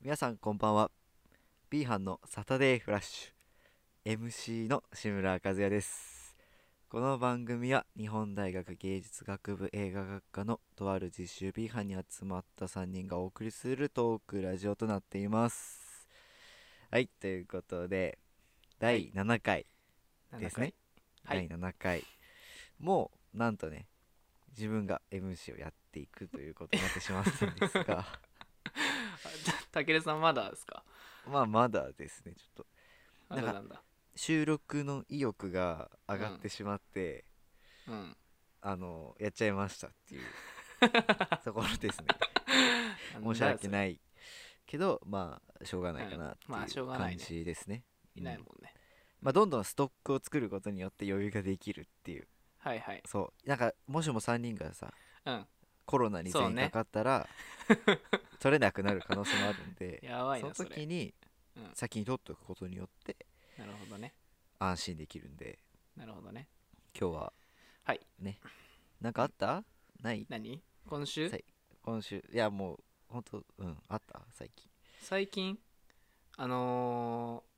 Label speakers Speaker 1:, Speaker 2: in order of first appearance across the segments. Speaker 1: 皆さんこんばんは B 班のサタデーフラッシュ MC の志村和也ですこの番組は日本大学芸術学部映画学科のとある実習 B 班に集まった3人がお送りするトークラジオとなっていますはいということで第7回ですね、
Speaker 2: はい
Speaker 1: 第7回もうなんとね自分が MC をやっていくということになってしまったんですが
Speaker 2: たけるさんまだですか
Speaker 1: まあまだですねちょっと
Speaker 2: まだ
Speaker 1: なんか
Speaker 2: なんだ
Speaker 1: 収録の意欲が上がってしまって、
Speaker 2: うん
Speaker 1: あのやっちゃいましたっていう ところですね申し
Speaker 2: なんだよそ
Speaker 1: 訳
Speaker 2: れ
Speaker 1: ないけどまあしょうがないかなって
Speaker 2: まあ
Speaker 1: い
Speaker 2: しょ
Speaker 1: う
Speaker 2: うが
Speaker 1: 感
Speaker 2: ないね
Speaker 1: じですね,うん、
Speaker 2: いないもんね
Speaker 1: まあ、どんどんストックを作ることによって余裕ができるっていう
Speaker 2: はいはい
Speaker 1: そうなんかもしも3人がさ
Speaker 2: うん
Speaker 1: コロナに
Speaker 2: そう
Speaker 1: 全員
Speaker 2: ね
Speaker 1: かかったら、取れなくなる可能性もあるんで
Speaker 2: やばい
Speaker 1: その
Speaker 2: なそれ
Speaker 1: 時に
Speaker 2: うん
Speaker 1: 先に取っておくことによって
Speaker 2: なるほどね
Speaker 1: 安心できるんで
Speaker 2: なるほどね
Speaker 1: 今日は
Speaker 2: はい
Speaker 1: ねなんかあったない
Speaker 2: 何今週
Speaker 1: さい今週いやもうほんとうんあった最近
Speaker 2: 最近あのー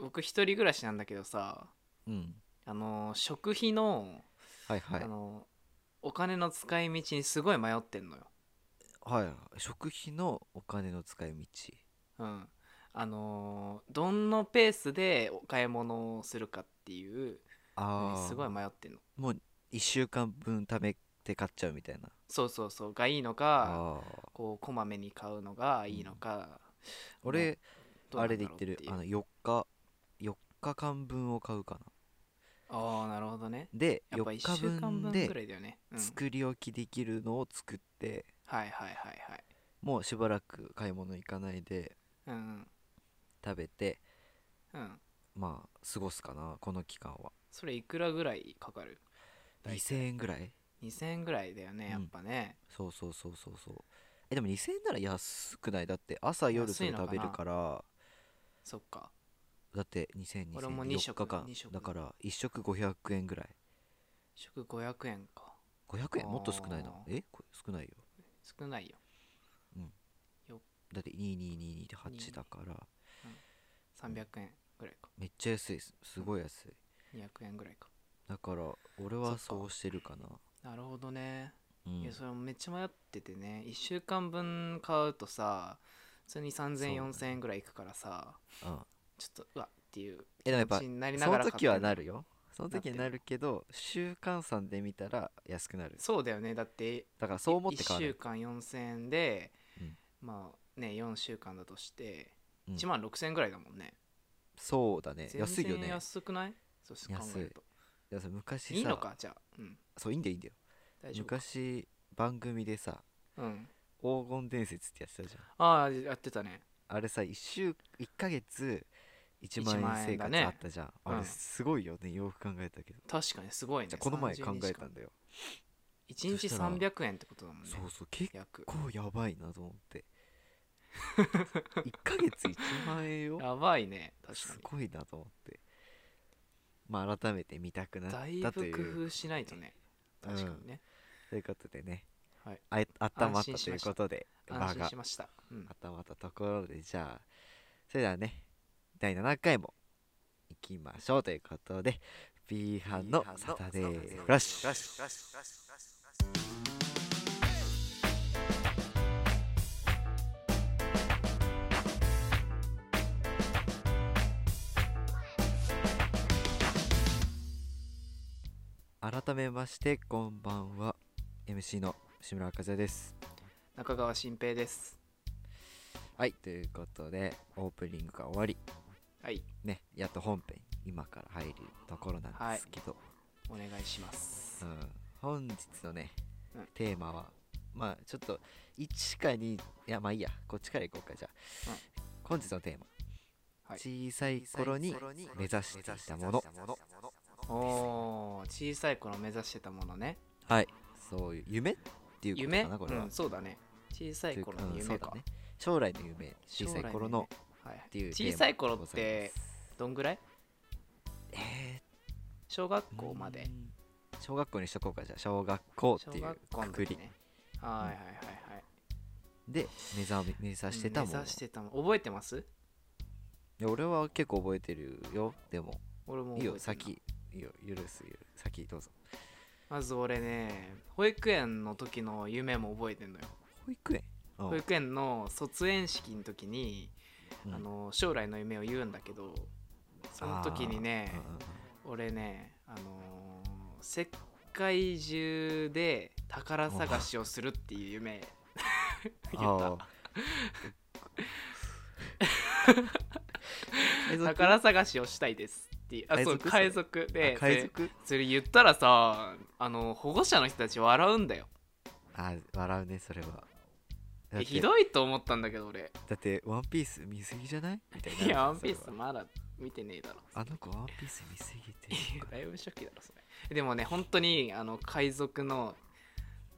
Speaker 2: 僕一人暮らしなんだけどさ
Speaker 1: うん
Speaker 2: あのー食費の
Speaker 1: はいはい
Speaker 2: あのーお金の使い道にすごい迷ってんのよ
Speaker 1: はい食費のお金の使い道
Speaker 2: うんあのーどんのペースでお買い物をするかっていう
Speaker 1: ああ
Speaker 2: すごい迷ってんの
Speaker 1: もう1週間分貯めて買っちゃうみたいな
Speaker 2: そうそうそうがいいのか
Speaker 1: ああ
Speaker 2: こうこまめに買うのがいいのか、
Speaker 1: 俺
Speaker 2: どう
Speaker 1: あ
Speaker 2: な
Speaker 1: れ
Speaker 2: ん
Speaker 1: で言
Speaker 2: だろ
Speaker 1: っ
Speaker 2: う
Speaker 1: てる
Speaker 2: いう
Speaker 1: あの4日4日間分を買うかな
Speaker 2: ああなるほどね
Speaker 1: で
Speaker 2: やっぱ
Speaker 1: 4
Speaker 2: 1
Speaker 1: 日
Speaker 2: 週間
Speaker 1: 分
Speaker 2: 分ぐ
Speaker 1: で
Speaker 2: らいだよね、うん、はい
Speaker 1: 作り置きできるのを作って
Speaker 2: はいはいはい
Speaker 1: もうしばらく買い物行かないで
Speaker 2: うん
Speaker 1: 食べて
Speaker 2: うんうん
Speaker 1: まあ過ごすかなこの期間は
Speaker 2: それいくらぐらいかかる大体
Speaker 1: 2000円ぐらい
Speaker 2: 2000円ぐらいだよ
Speaker 1: うん
Speaker 2: ねやっぱね、
Speaker 1: そうそうそうそうそうえでも2000円なら安くないだって朝夜そ
Speaker 2: 安
Speaker 1: れ
Speaker 2: いのかな
Speaker 1: 食べるから
Speaker 2: そっか
Speaker 1: だって2000
Speaker 2: 俺も
Speaker 1: 2000 4
Speaker 2: 二食
Speaker 1: 日間
Speaker 2: 二食
Speaker 1: だから1食500円ぐらい
Speaker 2: 食500円か
Speaker 1: 500円もっと少ないな
Speaker 2: あ
Speaker 1: えこれ少ないよ
Speaker 2: 少ないよ
Speaker 1: だって2222で8だから
Speaker 2: 300円ぐらいか
Speaker 1: めっちゃ安いですすごい安い
Speaker 2: 200円ぐらいか
Speaker 1: だから俺
Speaker 2: そ
Speaker 1: は
Speaker 2: っか
Speaker 1: そうしてるかな
Speaker 2: なるほどね、
Speaker 1: うん
Speaker 2: いやそれもめっちゃ迷っててね1週間分買うとさ普通に
Speaker 1: そうだね
Speaker 2: 30004000円ぐらいいくからさ
Speaker 1: うん
Speaker 2: ちょっとうわっていう
Speaker 1: えでもやっぱ
Speaker 2: 気持ちになりな
Speaker 1: そ
Speaker 2: が
Speaker 1: の
Speaker 2: ら買って
Speaker 1: 時
Speaker 2: ん
Speaker 1: は
Speaker 2: の
Speaker 1: なるよその
Speaker 2: なって
Speaker 1: 時
Speaker 2: ん
Speaker 1: に
Speaker 2: の
Speaker 1: なるけど週換算で見たら安くなる
Speaker 2: そうだよねだって
Speaker 1: だからそう思って買わ
Speaker 2: 1
Speaker 1: ない
Speaker 2: 週間4000円で、
Speaker 1: うん
Speaker 2: まあね4週間だとして
Speaker 1: うん
Speaker 2: 1万6000円ぐらいだもんね、
Speaker 1: そうだね
Speaker 2: 全
Speaker 1: 安いよ
Speaker 2: 然
Speaker 1: ね
Speaker 2: 安くないそう考えると
Speaker 1: いやそれ昔さ
Speaker 2: いいのかじゃあうん
Speaker 1: そういいんだよいいんだよ
Speaker 2: 大丈夫か
Speaker 1: 昔番組でさ
Speaker 2: うん
Speaker 1: 黄金伝説ってやってたじゃん
Speaker 2: ああやってたね
Speaker 1: あれさ1週1ヶ月1
Speaker 2: 1
Speaker 1: 万
Speaker 2: 万
Speaker 1: 円生
Speaker 2: 円だ
Speaker 1: 活
Speaker 2: ね
Speaker 1: あったじゃん、あ
Speaker 2: う
Speaker 1: れ
Speaker 2: ん
Speaker 1: すごいよねよく考えたけど、
Speaker 2: 確かにすごいね
Speaker 1: じゃあこの前考えた
Speaker 2: 1
Speaker 1: んだよ、
Speaker 2: 日
Speaker 1: そしたら
Speaker 2: 300円ってことだもんね
Speaker 1: そうそう結
Speaker 2: 約
Speaker 1: 構やばいなと思って 1ヶ月1万円よ
Speaker 2: やばいね確
Speaker 1: す
Speaker 2: か
Speaker 1: ごいなと思ってまあ改めて見たくなっ
Speaker 2: にだい
Speaker 1: た
Speaker 2: ぶ
Speaker 1: という
Speaker 2: 工夫しないとね
Speaker 1: うん
Speaker 2: 確かにね、
Speaker 1: ということでね、
Speaker 2: はい
Speaker 1: あい、あったまった
Speaker 2: 安心し
Speaker 1: とい
Speaker 2: ま
Speaker 1: う
Speaker 2: した
Speaker 1: ことで
Speaker 2: 安
Speaker 1: 場
Speaker 2: 心
Speaker 1: が
Speaker 2: しました、うん、
Speaker 1: 頭まったところでじゃあそれではね第7回もいきましょうということで B 班のサタデーフラッシュ改めましてこんばんは MC の志村和也です
Speaker 2: 中川新平です
Speaker 1: はいということでオープニングが終わり
Speaker 2: はい
Speaker 1: ねやっと本編今から入るところなんですけど、
Speaker 2: お願いします
Speaker 1: うん、本日のね、
Speaker 2: うん
Speaker 1: テーマはまあちょっと1か2いやまあいいやこっちからいこうかじゃあ、本日のテーマ、
Speaker 2: はい
Speaker 1: 小さい頃に目指していたもの
Speaker 2: おー小さい頃目指してたものね
Speaker 1: はいそういう夢っていうこと
Speaker 2: 夢
Speaker 1: かなこれは、
Speaker 2: うん、そうだね小さ
Speaker 1: と
Speaker 2: い
Speaker 1: いう
Speaker 2: 頃の
Speaker 1: うんそ
Speaker 2: 夢
Speaker 1: う
Speaker 2: か
Speaker 1: だ、ね将来の夢
Speaker 2: 将
Speaker 1: 小さ
Speaker 2: 来の
Speaker 1: い
Speaker 2: 夢
Speaker 1: 頃の
Speaker 2: はいはい
Speaker 1: っていうテーマ
Speaker 2: 小さい頃っ
Speaker 1: で
Speaker 2: てどんぐらい
Speaker 1: ございますえ
Speaker 2: 小学
Speaker 1: ー
Speaker 2: 校まで
Speaker 1: うん小学校にしとこうかじゃあ小学校
Speaker 2: 小
Speaker 1: っていう
Speaker 2: 学校の
Speaker 1: くく
Speaker 2: 時
Speaker 1: り
Speaker 2: ねはいはいはいはい
Speaker 1: で目覚め目指してたも
Speaker 2: 目
Speaker 1: の
Speaker 2: 指してたもの覚えてます
Speaker 1: いや俺は結構覚えてるよでも
Speaker 2: 俺も覚え
Speaker 1: いい
Speaker 2: てる
Speaker 1: よ先いいよ許す許す先どうぞ
Speaker 2: まず俺ね保育園の時の夢も覚えてんのよ
Speaker 1: 保育園保
Speaker 2: 保育園の卒園式の時に、
Speaker 1: うん
Speaker 2: あの将来の夢を言うんだけどその時にね
Speaker 1: あーうんうん
Speaker 2: 俺ねあのー世界中で宝探しをするっていう夢言っ
Speaker 1: あ
Speaker 2: た
Speaker 1: ー 海賊
Speaker 2: 宝探しをしたいですっていうあそう海
Speaker 1: 海
Speaker 2: 賊
Speaker 1: あ
Speaker 2: で
Speaker 1: 海賊
Speaker 2: それそれ言ったらさあの保護者の人たち笑うんだよ
Speaker 1: あ笑うねそれはだ
Speaker 2: え
Speaker 1: って
Speaker 2: ひどいと思ったんだけど
Speaker 1: だ
Speaker 2: 俺
Speaker 1: ってワンピース見すぎじゃないみたいにないる
Speaker 2: やワ
Speaker 1: じゃ
Speaker 2: ン
Speaker 1: ん
Speaker 2: ピー
Speaker 1: そ
Speaker 2: ス
Speaker 1: れは
Speaker 2: まだ見てねえだろ
Speaker 1: あの子ワンピース見すぎて
Speaker 2: いやだいぶ初期だろそれでもね本当にあの海賊の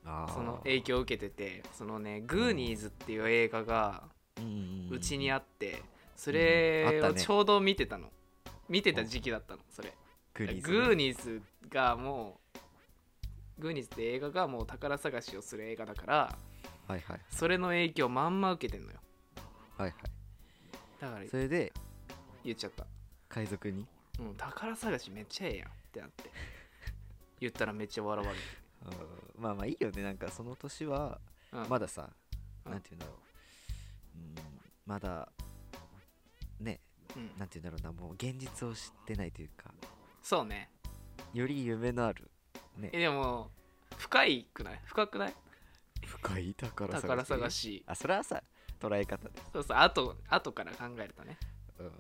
Speaker 1: あー
Speaker 2: その影響を受けててそのね「グーニーズ」っていう映画がうちにあ
Speaker 1: っ
Speaker 2: ってそ
Speaker 1: うんあ
Speaker 2: れ
Speaker 1: った
Speaker 2: を
Speaker 1: ね
Speaker 2: ちょうど見てたの見てた時期だったのそれ
Speaker 1: グ
Speaker 2: グ
Speaker 1: ーニーズ
Speaker 2: ーニーズがもうグーニーズって映画がもう宝探しをする映画だから
Speaker 1: はいはい
Speaker 2: それの影響まんま受けてんのよ
Speaker 1: はいは
Speaker 2: だから
Speaker 1: いそれで
Speaker 2: 言っちゃった
Speaker 1: 海賊に
Speaker 2: 「うん宝探しめっちゃええやん」ってなって 言ったらめっちゃ笑われて
Speaker 1: あーまあまあいいよねなんかその年は
Speaker 2: うん
Speaker 1: まださ
Speaker 2: うん
Speaker 1: なんて言うんだろううんまだね
Speaker 2: うん
Speaker 1: なんて言うんだろうなもう現実を知ってないというか
Speaker 2: そうね
Speaker 1: より夢のあるね
Speaker 2: えでも深いくない深くない
Speaker 1: 深い宝探し
Speaker 2: 宝探し
Speaker 1: あそれはさ捉え方で、
Speaker 2: そうそう後後から考えるとね
Speaker 1: うん、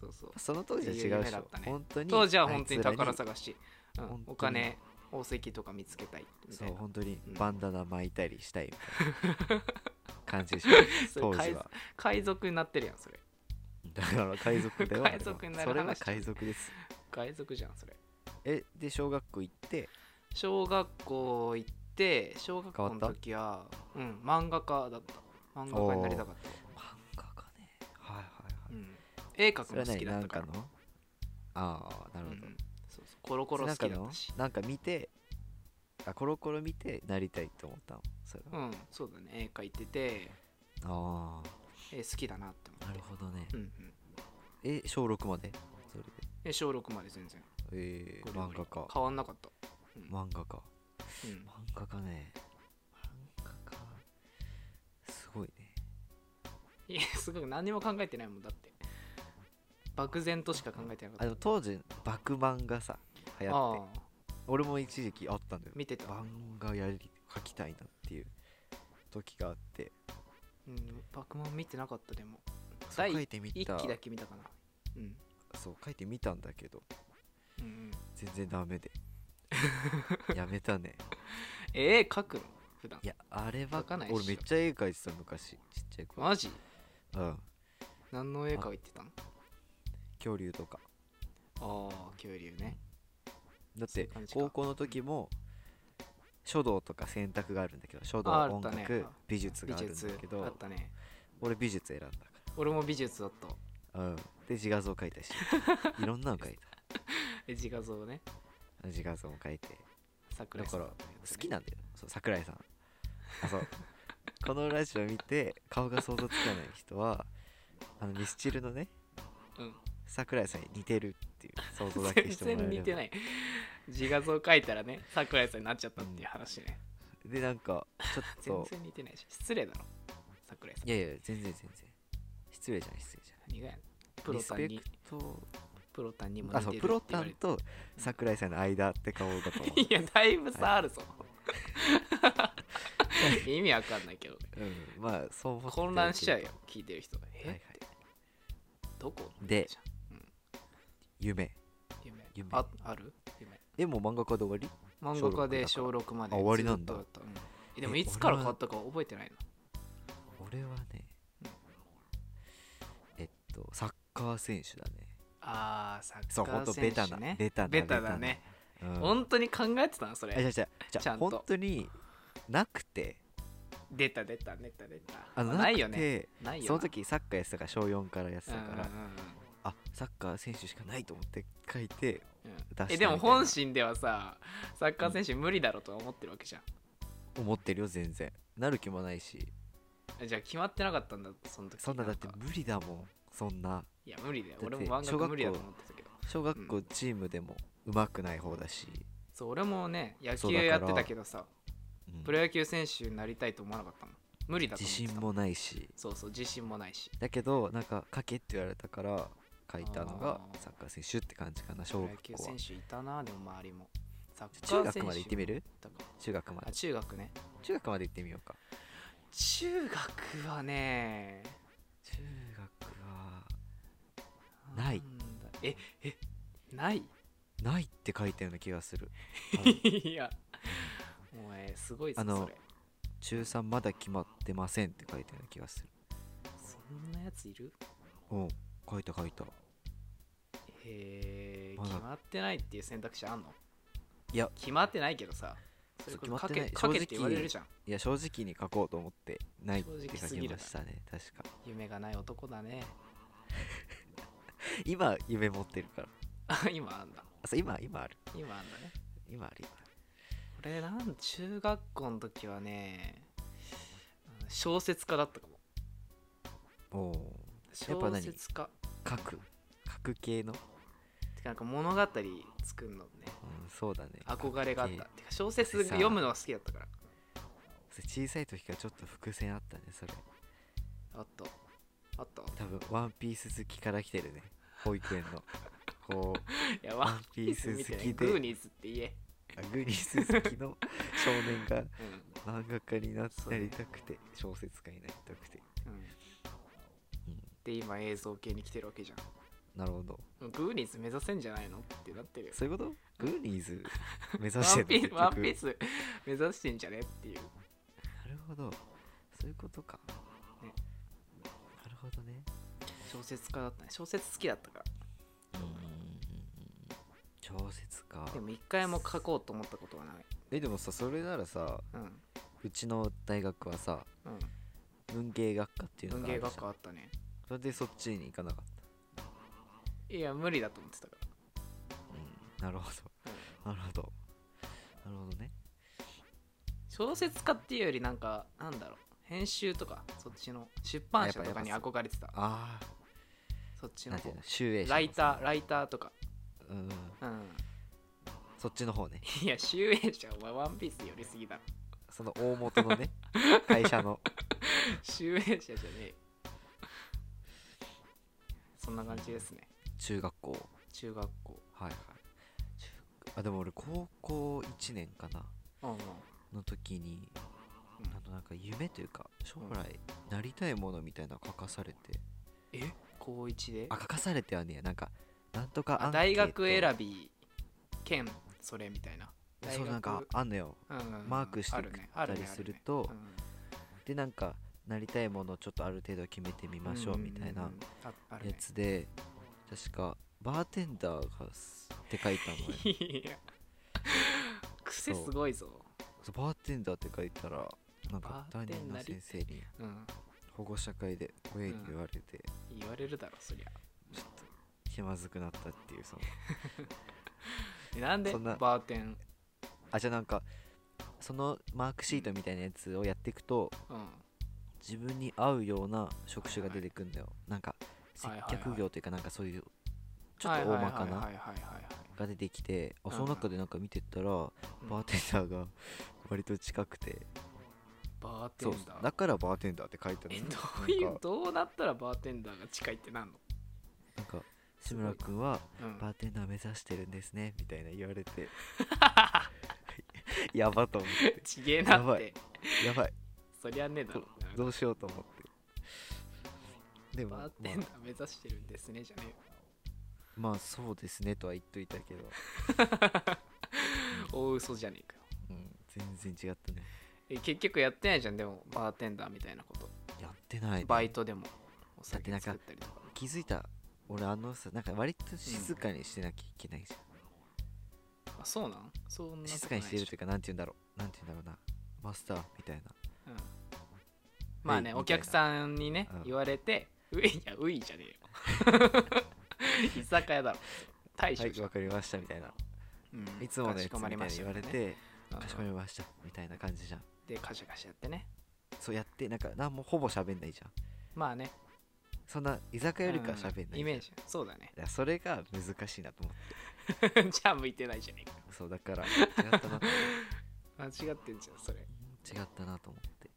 Speaker 2: そうそう
Speaker 1: その当時は違う
Speaker 2: 夢
Speaker 1: でし
Speaker 2: だっ
Speaker 1: ょ、
Speaker 2: たね
Speaker 1: 本当に
Speaker 2: 当時は本当に
Speaker 1: あいつら
Speaker 2: 宝探し、うん
Speaker 1: 本当に
Speaker 2: お金宝石とか見つけたいみた
Speaker 1: そ
Speaker 2: いうな
Speaker 1: 本当に
Speaker 2: うん
Speaker 1: バンダナ巻いたりしたいみたい な感じでしょ
Speaker 2: そ
Speaker 1: 当
Speaker 2: れ
Speaker 1: 時
Speaker 2: 海
Speaker 1: は
Speaker 2: 海賊になってるやんそれ
Speaker 1: だから海賊だよあれは
Speaker 2: 海賊になる話
Speaker 1: それは海賊です
Speaker 2: 海賊じゃんそれ
Speaker 1: えで小学校行って
Speaker 2: 小学校行って小学校の時はうん漫画家だった漫画家になりたかった、
Speaker 1: 漫画がねはいはいはい、
Speaker 2: うん、絵描
Speaker 1: そ
Speaker 2: く
Speaker 1: れ
Speaker 2: の
Speaker 1: は
Speaker 2: 好
Speaker 1: 何
Speaker 2: きだっ
Speaker 1: なん
Speaker 2: たか
Speaker 1: からのああなる
Speaker 2: う
Speaker 1: ほ
Speaker 2: ん
Speaker 1: ど、
Speaker 2: そうそうコロコロ好
Speaker 1: なん
Speaker 2: きだ
Speaker 1: か
Speaker 2: っ
Speaker 1: の
Speaker 2: たし
Speaker 1: なんか見てあコロコロ見てなりたいと思ったのそれは、
Speaker 2: うんそうだね絵描いてて
Speaker 1: あ
Speaker 2: 絵好きだなって思
Speaker 1: あ
Speaker 2: っ
Speaker 1: な
Speaker 2: て
Speaker 1: るほどね
Speaker 2: うんうん
Speaker 1: え小6までそれで
Speaker 2: え小6まで全然
Speaker 1: えー、
Speaker 2: ゴリゴ
Speaker 1: 漫
Speaker 2: リ
Speaker 1: 画か
Speaker 2: 変わんなかった、うん
Speaker 1: 漫画か
Speaker 2: うん
Speaker 1: 漫画家ね漫画家すごいね
Speaker 2: いやすごく何も考えてないもんだって漠然としか考えてなか
Speaker 1: あ
Speaker 2: っ
Speaker 1: でも当時バクマンがさ流
Speaker 2: た
Speaker 1: 行
Speaker 2: あ
Speaker 1: って
Speaker 2: あ
Speaker 1: 俺も一時期あったんだよ
Speaker 2: 見てた、
Speaker 1: 漫画やり描きたいなっていう時があって
Speaker 2: うん、バクマン見てなかったでも
Speaker 1: そう
Speaker 2: 第
Speaker 1: 書い
Speaker 2: 1
Speaker 1: てみ
Speaker 2: 期
Speaker 1: た
Speaker 2: だけ見たかなうん
Speaker 1: そう書いてみたんだけど
Speaker 2: うんうん
Speaker 1: 全然ダ メでやめたね
Speaker 2: えー、描くの普段
Speaker 1: いやあれば
Speaker 2: 描かないっしょ
Speaker 1: 俺めっちゃ絵描いてた昔ちっちゃい頃
Speaker 2: マジ
Speaker 1: うん
Speaker 2: 何の絵描いてたの
Speaker 1: 恐竜とか
Speaker 2: ああ恐竜ね
Speaker 1: だっ
Speaker 2: そうい
Speaker 1: て
Speaker 2: う感じか
Speaker 1: 高校の時も書道とか選択があるんだけど書道
Speaker 2: ああ
Speaker 1: 音
Speaker 2: ったね
Speaker 1: 楽美術
Speaker 2: 美
Speaker 1: があるんだ
Speaker 2: 術
Speaker 1: け
Speaker 2: あ
Speaker 1: ど
Speaker 2: ったね
Speaker 1: 俺美術選んだか
Speaker 2: 俺も美術だった
Speaker 1: ら、うん、で自画像描い たしいろんなの描い
Speaker 2: え自画像ね
Speaker 1: た自画像も描いて
Speaker 2: 桜井さんのやつね
Speaker 1: 好きなんだよそう桜井さんあそうこのラジオ見て顔が想像つかない人はあのミスチルのね
Speaker 2: うん
Speaker 1: 桜井さんに似てるっていう想像だけ
Speaker 2: 全
Speaker 1: してもらえれ
Speaker 2: 然
Speaker 1: ば
Speaker 2: 似てない自画像描いたらね桜井さんになっちゃったっていう話ね、
Speaker 1: でなんかちょ
Speaker 2: 全
Speaker 1: っと
Speaker 2: 然似てないし失礼だろ桜井さん
Speaker 1: いやいや全然全然失礼じゃない失礼じゃない
Speaker 2: 何がやねんプロ
Speaker 1: リス
Speaker 2: タン
Speaker 1: ペ
Speaker 2: に
Speaker 1: クト
Speaker 2: プロタンにも
Speaker 1: あ
Speaker 2: 似
Speaker 1: そう
Speaker 2: てるって
Speaker 1: プロ
Speaker 2: 言
Speaker 1: タ
Speaker 2: われ
Speaker 1: ン
Speaker 2: て
Speaker 1: と桜井さんの間って顔だと思
Speaker 2: いやだいぶ差あるぞ、意味わかんないけどね
Speaker 1: う、うん、まあそう思って
Speaker 2: 混乱しちゃうよ聞いてる人え、
Speaker 1: はいはい
Speaker 2: どこ
Speaker 1: で
Speaker 2: じゃ
Speaker 1: 夢
Speaker 2: ん夢
Speaker 1: 夢
Speaker 2: あある夢
Speaker 1: えもう漫画家で終わり
Speaker 2: 漫画家で小6まで
Speaker 1: あ終わりなんだ
Speaker 2: ずっとやったうんえでもいつから変わったか覚えてないの
Speaker 1: 俺はねえっとサッカー選手だね
Speaker 2: あーサ
Speaker 1: そう
Speaker 2: ッカ
Speaker 1: ほんと
Speaker 2: ー
Speaker 1: ベ
Speaker 2: 選
Speaker 1: タ
Speaker 2: 手
Speaker 1: な
Speaker 2: ね
Speaker 1: ベタな
Speaker 2: ベタ
Speaker 1: ベタ
Speaker 2: だ
Speaker 1: な
Speaker 2: ね
Speaker 1: うん
Speaker 2: 本当に考えてたのそ
Speaker 1: あじゃ
Speaker 2: れ
Speaker 1: あじゃあじ
Speaker 2: ち
Speaker 1: ゃ
Speaker 2: ゃ
Speaker 1: あ
Speaker 2: んと
Speaker 1: 本当になくて
Speaker 2: 出た出た出た出た
Speaker 1: あの
Speaker 2: ないよね
Speaker 1: なくて
Speaker 2: ないよな
Speaker 1: その時サッカーやってたから小4からやって
Speaker 2: うん
Speaker 1: た
Speaker 2: うん
Speaker 1: からあサッカー選手しかないと思って書いて
Speaker 2: うんうん
Speaker 1: 出した
Speaker 2: えでも
Speaker 1: みたいな
Speaker 2: 本心ではさサッカー選手無理だろうとは思ってるわけじゃん、
Speaker 1: 思ってるよ全然なる気もないし
Speaker 2: じゃあ決まってなかったんだその時
Speaker 1: そんなだって
Speaker 2: か
Speaker 1: 無理だもんそんない
Speaker 2: や無理だよ
Speaker 1: だって
Speaker 2: 俺も漫
Speaker 1: 小学
Speaker 2: 画
Speaker 1: 校
Speaker 2: 無理だと思ってたけど
Speaker 1: 小学
Speaker 2: う
Speaker 1: 校
Speaker 2: ん
Speaker 1: チームでもうまくない方だし、
Speaker 2: そう俺もね野
Speaker 1: そ
Speaker 2: 球
Speaker 1: うだから
Speaker 2: やってたけどさ
Speaker 1: うん
Speaker 2: プロ野球選手になりたいと思わなかったもん無理だと
Speaker 1: 自
Speaker 2: 思ってた
Speaker 1: 信もないし
Speaker 2: そうそう自信もないし
Speaker 1: だけどなんか書けって言われたから書いたのが
Speaker 2: あー
Speaker 1: サッカー選手って感じかな
Speaker 2: プ
Speaker 1: 小
Speaker 2: ロ
Speaker 1: 学
Speaker 2: 野球
Speaker 1: 校は
Speaker 2: 選手いたなでも周りもサッカー
Speaker 1: 中
Speaker 2: 選手
Speaker 1: 学まで行ってみる
Speaker 2: いたか
Speaker 1: 中学ま
Speaker 2: あ
Speaker 1: で
Speaker 2: 中学ね
Speaker 1: 中学まで行ってみようか
Speaker 2: 中学はね
Speaker 1: 中学はない
Speaker 2: んだええない
Speaker 1: ないって書いたような気がする
Speaker 2: いやお前すごいぞ
Speaker 1: あの
Speaker 2: それ
Speaker 1: 中3まだ決まってませんって書いたような気がする
Speaker 2: そんなやついる
Speaker 1: うん書いた書いた
Speaker 2: へえ
Speaker 1: まだ
Speaker 2: 決まってないっていう選択肢あんの
Speaker 1: いや
Speaker 2: 決まってないけどさそ
Speaker 1: そう
Speaker 2: れこ
Speaker 1: 決ま
Speaker 2: そか
Speaker 1: って
Speaker 2: け
Speaker 1: ない
Speaker 2: かけっ
Speaker 1: 正
Speaker 2: て
Speaker 1: 直
Speaker 2: 言われるじゃん
Speaker 1: いや正直に書こうと思ってないっ
Speaker 2: 正直
Speaker 1: て書
Speaker 2: す
Speaker 1: き
Speaker 2: ぎる
Speaker 1: ましたね確か
Speaker 2: 夢がない男だね
Speaker 1: 今夢持ってるから
Speaker 2: あ今あんだ
Speaker 1: あそう今今ある
Speaker 2: 今あんだね
Speaker 1: 今ある今
Speaker 2: 俺なん中学校の時はねうん小説家だったかも
Speaker 1: あるおーやっぱ
Speaker 2: 小
Speaker 1: 何
Speaker 2: 説家
Speaker 1: 書く書く系の、
Speaker 2: てかなんか物語作るのね
Speaker 1: うん、そうだね
Speaker 2: 憧れがあっ
Speaker 1: 書く
Speaker 2: た
Speaker 1: 系
Speaker 2: てか小説読むのが好きだったから
Speaker 1: それ小さい時からちょっと伏線あったねそれ
Speaker 2: あったあった
Speaker 1: 多分ワンピース好きから来てるね保育園のこう
Speaker 2: いや
Speaker 1: ワ
Speaker 2: ワン
Speaker 1: ンピ
Speaker 2: ピー
Speaker 1: ー
Speaker 2: ス
Speaker 1: ス
Speaker 2: 見て
Speaker 1: 好
Speaker 2: ね
Speaker 1: き
Speaker 2: グ
Speaker 1: で
Speaker 2: ーニーズって言え、
Speaker 1: あグリス好き の少年が
Speaker 2: う
Speaker 1: 漫画家になっ
Speaker 2: そう
Speaker 1: な
Speaker 2: ね
Speaker 1: りたくて小説家になりたくて、
Speaker 2: んうん、
Speaker 1: うん、
Speaker 2: で今映像系に来てるわけじゃん
Speaker 1: なるほど
Speaker 2: もうグーニーズ目指せんじゃないのってなってるよ
Speaker 1: そういうことグーニー ズ目指
Speaker 2: ワ
Speaker 1: して
Speaker 2: ンピ
Speaker 1: る
Speaker 2: ースワンピース目指してんじゃねっていう
Speaker 1: なるほどそういうことか、
Speaker 2: ね
Speaker 1: なるほどね
Speaker 2: 小説家だったね小説好きだったから
Speaker 1: うんうんうんうん小説か
Speaker 2: でも一回も書こうと思ったことはない
Speaker 1: えでもさそれならさ
Speaker 2: うん
Speaker 1: うちの大学はさ
Speaker 2: うん
Speaker 1: 文芸学科っていうの
Speaker 2: 文
Speaker 1: がある
Speaker 2: 芸
Speaker 1: じゃん
Speaker 2: 学科あったね
Speaker 1: それでそっちに行かなかっ
Speaker 2: いや無理だと思ってたか
Speaker 1: た、うん、なるほ
Speaker 2: ら、うん
Speaker 1: どなるほどなるほどね
Speaker 2: 小説家っていうよりなんかなんだろう編集とかそっちの出版社とかに
Speaker 1: やっぱ
Speaker 2: 憧れてた
Speaker 1: あ
Speaker 2: そっち
Speaker 1: あ
Speaker 2: の
Speaker 1: なんてい
Speaker 2: 方
Speaker 1: うの集英社のさ
Speaker 2: ライターライターとか
Speaker 1: うんうん
Speaker 2: うん
Speaker 1: そっちの方ね
Speaker 2: いや集英社お前ワンピース寄りすぎだろ
Speaker 1: その大元の ね会社の
Speaker 2: 集英社じゃねえよそんな感じですね
Speaker 1: 中学校
Speaker 2: 中学校
Speaker 1: はいはい中あでも俺高校1年かな
Speaker 2: うんうん
Speaker 1: の時に
Speaker 2: うん
Speaker 1: あのなんか夢というか将来なりたいものみたいなの書かされて
Speaker 2: え高1で
Speaker 1: あ書かされてはねえなんかなんとか
Speaker 2: あ
Speaker 1: アンケー
Speaker 2: 大
Speaker 1: ト
Speaker 2: 学選び兼それみたいな
Speaker 1: そうなんかあんのよ
Speaker 2: 大学うんうんうん
Speaker 1: マークして
Speaker 2: あるねあるね
Speaker 1: たりする
Speaker 2: あね
Speaker 1: と
Speaker 2: うん
Speaker 1: でなんかなりたいものをちょっとある程度決めてみましょうみたい
Speaker 2: ん
Speaker 1: なん
Speaker 2: んあある
Speaker 1: や
Speaker 2: ね
Speaker 1: つで確かバーテンダーがすって書いたのよ
Speaker 2: いや癖すごいぞ
Speaker 1: そうバーテンダーって書いたらなんか担
Speaker 2: バーテ
Speaker 1: 任
Speaker 2: ンダ
Speaker 1: の
Speaker 2: ー
Speaker 1: 先生に
Speaker 2: うん
Speaker 1: 保護者会で親に言われて
Speaker 2: 言われるだろそりゃ
Speaker 1: ちょっと気まずくなったっていうその
Speaker 2: えなんで
Speaker 1: そんな
Speaker 2: バーテン
Speaker 1: あじゃあなんかそのマークシートみたいなやつをやっていくと
Speaker 2: うん
Speaker 1: 自分に合うような職種が出てくんだよなんか接
Speaker 2: はいはいはい
Speaker 1: 客業というかなんかそういうちょっと大まかな
Speaker 2: はいはいはいはいはいはい
Speaker 1: が出てきてあ
Speaker 2: うん
Speaker 1: その中でなんか見てったらバ
Speaker 2: うん
Speaker 1: ーテンダーが 割と近くて
Speaker 2: バーテ
Speaker 1: そう
Speaker 2: ンダ
Speaker 1: だ
Speaker 2: ー
Speaker 1: からバーテンダーって書いてあ
Speaker 2: え
Speaker 1: る
Speaker 2: どうい
Speaker 1: なん
Speaker 2: う
Speaker 1: か
Speaker 2: どうなったらバーテンダーが近いってなんの
Speaker 1: なんか志村くんは
Speaker 2: うん
Speaker 1: バーテンダー目指してるんですねみたいな言われて やばと思って
Speaker 2: ちげえな
Speaker 1: や
Speaker 2: っ
Speaker 1: ば
Speaker 2: て
Speaker 1: いやばい
Speaker 2: そりゃねえだろ
Speaker 1: どうしようと思ってでも
Speaker 2: バーテンダー目指してるんですねじゃね
Speaker 1: まあ、まあそうですねとは言っといたけど、
Speaker 2: えよ大嘘じゃねえかよ
Speaker 1: うん、全然違ったね
Speaker 2: え結局やってないじゃんでもバーテンダーみたいなこと
Speaker 1: やってないね
Speaker 2: バイトでもお
Speaker 1: だって
Speaker 2: 酒
Speaker 1: なんか
Speaker 2: 作ったりとか
Speaker 1: 気づいた俺あのさなんか割と静かにしてなきゃいけないじゃん
Speaker 2: あそうなんそんなことないでょ
Speaker 1: 静かにしてるというかなんて言うんだろうなんて言うんだろうなマスターみたいな
Speaker 2: うんまあね、
Speaker 1: はい
Speaker 2: お客さんにね、
Speaker 1: うん
Speaker 2: 言われて「うい」いやういじゃね えよ居酒屋だろ大
Speaker 1: は
Speaker 2: 将
Speaker 1: い
Speaker 2: じゃん
Speaker 1: わかりましたみたいな、
Speaker 2: うん
Speaker 1: いつもの
Speaker 2: か
Speaker 1: や
Speaker 2: し
Speaker 1: つ
Speaker 2: こ
Speaker 1: みた
Speaker 2: ま
Speaker 1: い
Speaker 2: り
Speaker 1: な
Speaker 2: ました
Speaker 1: 言われ
Speaker 2: ね
Speaker 1: て
Speaker 2: うん
Speaker 1: かしこまりましたみたいな感じじゃん
Speaker 2: でカシャカシャやってね
Speaker 1: そうやってなんか何もほぼ喋んないじゃん
Speaker 2: まあね
Speaker 1: そんな居酒屋よりかは喋ん
Speaker 2: う
Speaker 1: なんい
Speaker 2: イメ
Speaker 1: じゃん
Speaker 2: ージそうだね
Speaker 1: いやそれが難しいなと思って
Speaker 2: じゃあ向いてないじゃねえか
Speaker 1: そうだから違ったなと
Speaker 2: 間違ってんじゃんそれ
Speaker 1: 違ったなと思って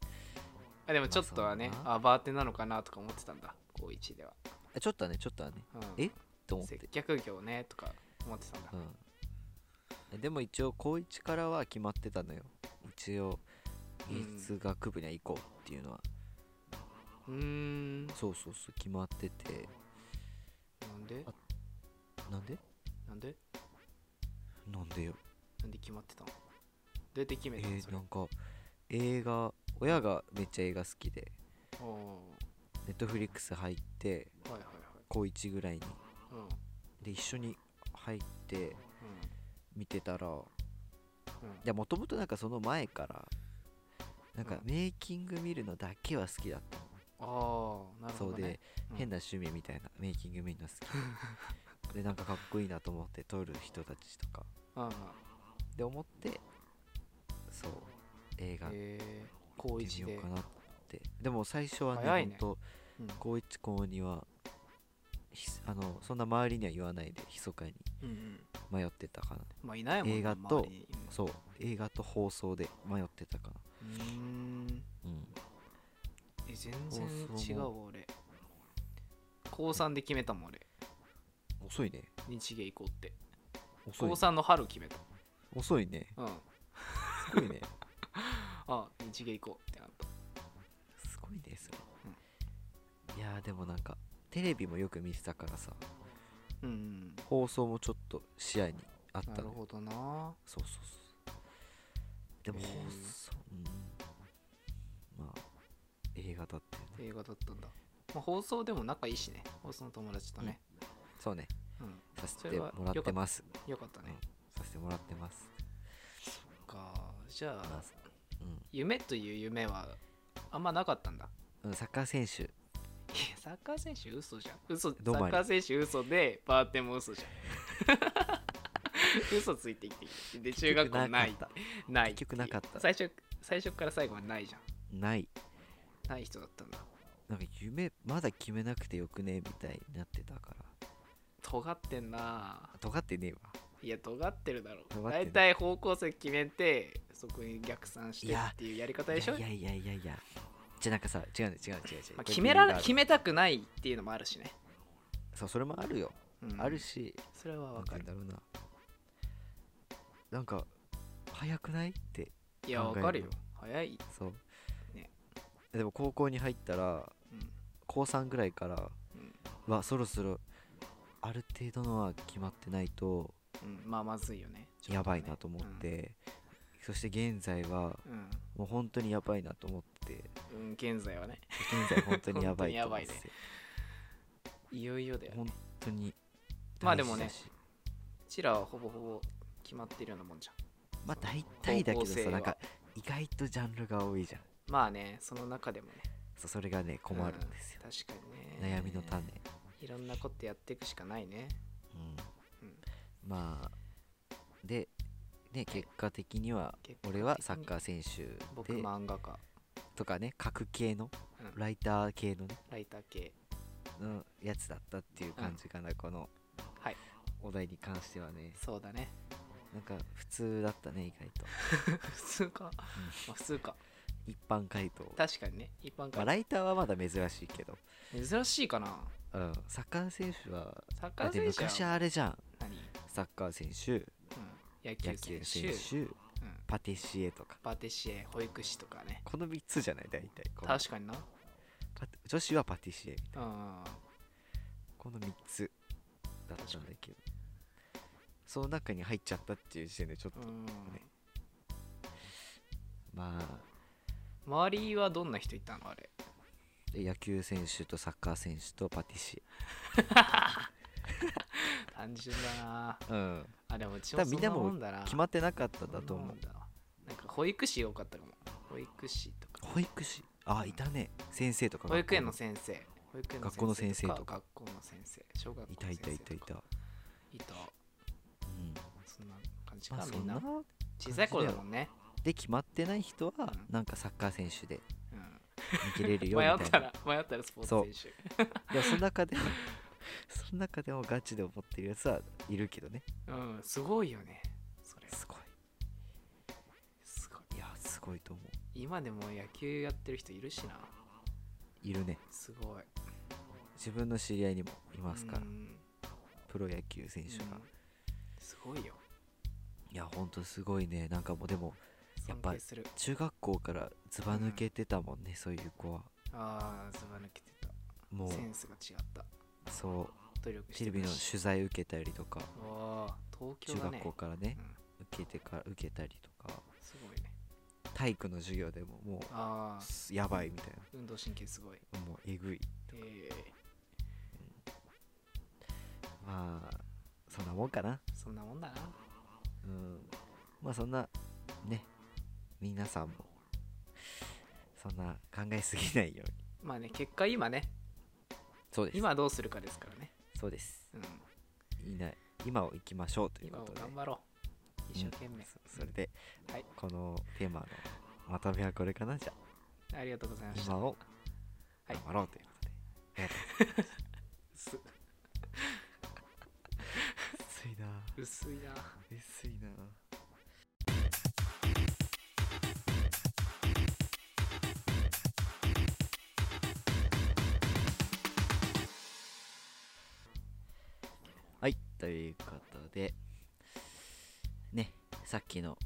Speaker 2: あでもちょっとはね
Speaker 1: まあそうだ
Speaker 2: あバーテンなのかなとか思ってたんだ高1では、
Speaker 1: あちょっとはねちょっとはね
Speaker 2: うん、
Speaker 1: えと思って
Speaker 2: 接、客業ねとか思ってたんだ、
Speaker 1: うん、でも一応高1からは決まってたのよ一応
Speaker 2: うん
Speaker 1: 芸術学部には行こうっていうのは、
Speaker 2: うーんな
Speaker 1: そうそうそう決まってて
Speaker 2: んで
Speaker 1: あなんで
Speaker 2: なんで
Speaker 1: なんでよ
Speaker 2: なんで決まってたのどうやって決
Speaker 1: え
Speaker 2: めたのそ
Speaker 1: ー、
Speaker 2: れ
Speaker 1: なんか映画親がめっちゃ映画好きで
Speaker 2: お
Speaker 1: ネットフリックス入って
Speaker 2: ーはいはいはい
Speaker 1: 高1ぐらいに
Speaker 2: うんうん
Speaker 1: で一緒に入って見てたら
Speaker 2: うん
Speaker 1: いやもともとなんかその前からなんか
Speaker 2: う
Speaker 1: メイキング見るのだけは好きだったの
Speaker 2: ああなるほ
Speaker 1: そう
Speaker 2: ど
Speaker 1: で、
Speaker 2: ねうん
Speaker 1: 変な趣味みたいなメイキング見るの好 きでなんかかっこいいなと思って撮る人たちとか
Speaker 2: うんうん
Speaker 1: で思ってそう映画見
Speaker 2: へえ高
Speaker 1: てみ
Speaker 2: 1
Speaker 1: よ
Speaker 2: で
Speaker 1: うかなってでも最初はね
Speaker 2: 早
Speaker 1: ほ
Speaker 2: い
Speaker 1: ん
Speaker 2: ね
Speaker 1: と
Speaker 2: うん
Speaker 1: 高1高2はひあのそんな周りには言わないで密かに
Speaker 2: うんうん
Speaker 1: 迷ってたかな
Speaker 2: まあいないもんな
Speaker 1: 映画と
Speaker 2: 周りに
Speaker 1: そう映画と放送で迷ってたかな
Speaker 2: うーん
Speaker 1: うん
Speaker 2: え全然
Speaker 1: 放送
Speaker 2: 違うわ俺高3で決めたもん俺
Speaker 1: 遅いね
Speaker 2: 日芸行こうって
Speaker 1: 遅い
Speaker 2: 高
Speaker 1: ね
Speaker 2: 3の春決めた
Speaker 1: 遅いね
Speaker 2: うん
Speaker 1: すごいね
Speaker 2: あ日芸行こうってなった
Speaker 1: すごいねそれ、いやーでもなんかテレビもよく見てたからさ
Speaker 2: うんうん
Speaker 1: 放送もちょっと視野にあっ
Speaker 2: な
Speaker 1: たの
Speaker 2: る
Speaker 1: よ
Speaker 2: ほどな
Speaker 1: そうそうそうでも
Speaker 2: へ
Speaker 1: 放
Speaker 2: ー
Speaker 1: 送、うんまあ映画だってね
Speaker 2: 映画だったんだ、まあ、放送でも仲いいしね放送の友達とね、
Speaker 1: そうね
Speaker 2: うん、
Speaker 1: させ
Speaker 2: そ
Speaker 1: て
Speaker 2: れ
Speaker 1: も
Speaker 2: は
Speaker 1: らってます
Speaker 2: よかったね、
Speaker 1: させてもらってます
Speaker 2: かじゃ
Speaker 1: ま
Speaker 2: あ
Speaker 1: あうん
Speaker 2: 夢という夢はあんまなかったんだ
Speaker 1: うん、サッカー選手
Speaker 2: いやサッカー選手嘘じゃん嘘サ
Speaker 1: どうもあ
Speaker 2: ッ
Speaker 1: り
Speaker 2: カー選手嘘でバーテンも 嘘じゃん嘘ついてきてきてで中学校ない
Speaker 1: 結局なかっ
Speaker 2: ない
Speaker 1: 結局なかった
Speaker 2: 最初最初から最後までないじゃん
Speaker 1: たない
Speaker 2: ない人だったんだ
Speaker 1: なんか夢まだ決めなくてよくねみたいになってたから
Speaker 2: 尖ってんなあ
Speaker 1: 尖ってねえわ
Speaker 2: いや尖ってるだろ
Speaker 1: 尖って
Speaker 2: 大
Speaker 1: る
Speaker 2: 体方向性決めてそこに逆算してっていうやり方でしょ
Speaker 1: いやいやいやいやじゃあなんかさ違うね違うね違うね違うね、
Speaker 2: まあ、決めら
Speaker 1: こ
Speaker 2: れ
Speaker 1: ういう理由がある
Speaker 2: 決めたくないっていうのもあるしね、
Speaker 1: そうそれもあるよ、
Speaker 2: うん
Speaker 1: あるし
Speaker 2: それはわ
Speaker 1: わ
Speaker 2: か
Speaker 1: か
Speaker 2: る
Speaker 1: るだろうななんか早くないって
Speaker 2: いやわ
Speaker 1: 考える
Speaker 2: かるよ早い、
Speaker 1: そう、
Speaker 2: ね
Speaker 1: でも高校に入ったら
Speaker 2: うん
Speaker 1: 高3ぐらいから、
Speaker 2: うん
Speaker 1: はそろそろある程度のは決まってないと
Speaker 2: うん、まあまずいよねちょっとね
Speaker 1: やばいなと思って、そして現在は
Speaker 2: うん、
Speaker 1: もう本当にやばいなと思って
Speaker 2: うんうん現在はね
Speaker 1: 現在本当にやばいと思って
Speaker 2: 本当にやばいねいよいよだよね
Speaker 1: 本当に
Speaker 2: まあでもね
Speaker 1: 大事だし
Speaker 2: うちらはほぼほぼ決まってるようなもんじゃ
Speaker 1: まあ大体だけど
Speaker 2: 方向性
Speaker 1: さ
Speaker 2: は
Speaker 1: なんか意外とジャンルが多いじゃん
Speaker 2: んまあねその中でもね
Speaker 1: そうそれがね困るんですよ、
Speaker 2: うん確かにね
Speaker 1: 悩みの種、
Speaker 2: いろんなことやっていくしかないね
Speaker 1: う
Speaker 2: うんん、
Speaker 1: まあで、ね、結果的には
Speaker 2: 結果的に
Speaker 1: 俺はサッカー選手
Speaker 2: 僕
Speaker 1: で
Speaker 2: 漫画家、
Speaker 1: とかね書く系の
Speaker 2: うん、
Speaker 1: ライター系の,、ね、
Speaker 2: ライター系
Speaker 1: のやつだったっていう感じかな、この
Speaker 2: はい
Speaker 1: お題に関してはね
Speaker 2: そうだ ね
Speaker 1: なんか普通だったね意外と
Speaker 2: 普通か、まあ、普通か
Speaker 1: 一般回答、
Speaker 2: 確かにね一般
Speaker 1: まあ、
Speaker 2: 化
Speaker 1: ライターはまだ珍しいけど、
Speaker 2: 珍しいかな
Speaker 1: うん、サッカー選手は
Speaker 2: サッカ
Speaker 1: だっ
Speaker 2: ー
Speaker 1: て
Speaker 2: 選手は
Speaker 1: 昔あれじゃん
Speaker 2: 何、
Speaker 1: サッカー選手
Speaker 2: うん、野
Speaker 1: 野
Speaker 2: 球選
Speaker 1: 球
Speaker 2: 手
Speaker 1: 選手
Speaker 2: うん、
Speaker 1: パティシエとか
Speaker 2: パティシエ保育士とかね
Speaker 1: この3つじゃない大体この
Speaker 2: 確かにな
Speaker 1: パテ女子はパティシエ
Speaker 2: うん
Speaker 1: この3つだったんだけどその中に入っちゃったっていう時点でちょっと、
Speaker 2: うん
Speaker 1: まあ
Speaker 2: 周りはどんな人いたのあれ
Speaker 1: で野球選手とサッカー選手とパティシ
Speaker 2: 単純だな
Speaker 1: エうん
Speaker 2: あでもうち
Speaker 1: 多
Speaker 2: も
Speaker 1: 分
Speaker 2: そ
Speaker 1: み
Speaker 2: ん
Speaker 1: んな
Speaker 2: な
Speaker 1: も
Speaker 2: もんだな
Speaker 1: 決まってなかったんだと
Speaker 2: そん
Speaker 1: 思
Speaker 2: なも
Speaker 1: うん
Speaker 2: だわなんか保育士多かったかも保育士とか
Speaker 1: 保育士あいたね先生とか
Speaker 2: 保育園の
Speaker 1: 学
Speaker 2: 先生保育園
Speaker 1: 学校の先生とか
Speaker 2: 学校の先生小学校
Speaker 1: 校のい
Speaker 2: の
Speaker 1: た
Speaker 2: 先
Speaker 1: い
Speaker 2: 生と
Speaker 1: た
Speaker 2: か
Speaker 1: いたいた、
Speaker 2: いた
Speaker 1: うん、
Speaker 2: そんな感じか、
Speaker 1: まあそ
Speaker 2: みん
Speaker 1: んな
Speaker 2: な小さい頃だもんね
Speaker 1: で決まってない人は
Speaker 2: う
Speaker 1: なんかサッカー選手で
Speaker 2: うん
Speaker 1: 逃げれるよみ
Speaker 2: 迷
Speaker 1: た
Speaker 2: っ
Speaker 1: い
Speaker 2: た
Speaker 1: な
Speaker 2: ら迷ったらスポーツ選
Speaker 1: いやその中でもその中でもガチで思ってるやつはいるけどね
Speaker 2: 手うんすごいよねそれ
Speaker 1: すご
Speaker 2: すごい
Speaker 1: いいやすごいと思う
Speaker 2: 今でも野球やってる人いるしない
Speaker 1: るね
Speaker 2: すごい
Speaker 1: 自分の知り合いにもいますから
Speaker 2: うん
Speaker 1: プロ野球選手が、
Speaker 2: うんすごいよ
Speaker 1: いやほんとすごいねなんかもうでもやっ
Speaker 2: 尊
Speaker 1: ぱ
Speaker 2: 敬する
Speaker 1: 中学校からずば抜けてたもんね、そういう子は
Speaker 2: ああずば抜けて
Speaker 1: も
Speaker 2: た
Speaker 1: う
Speaker 2: センスが違った
Speaker 1: そう
Speaker 2: 努力して
Speaker 1: テレビの
Speaker 2: たし
Speaker 1: 取材受けたりとか
Speaker 2: ああ東京
Speaker 1: 中
Speaker 2: だね
Speaker 1: 学校からね
Speaker 2: うん
Speaker 1: 受けてから受けたりとか
Speaker 2: すごいね
Speaker 1: 体育の授業でもも
Speaker 2: ああ
Speaker 1: うやばいみたい
Speaker 2: 運動神経すごい
Speaker 1: なもうえぐい
Speaker 2: ええ
Speaker 1: まあそんなもんかな
Speaker 2: そんなもんだな
Speaker 1: うんまあそんなね皆さんもそんな考えすぎないように
Speaker 2: まあね結果今ね
Speaker 1: そうです
Speaker 2: 今どうするかですからね
Speaker 1: そうです
Speaker 2: うん
Speaker 1: いない今を行きましょうという
Speaker 2: 今
Speaker 1: こ
Speaker 2: を
Speaker 1: とで
Speaker 2: 頑張ろう一生懸命、
Speaker 1: そそれで
Speaker 2: はい
Speaker 1: このテーマのまとめはこれかなじゃあ
Speaker 2: ありがとうございました
Speaker 1: 今を
Speaker 2: い
Speaker 1: 頑張ろうということで、
Speaker 2: す
Speaker 1: 薄いな
Speaker 2: 薄いな
Speaker 1: 薄いなはいということでねさっきの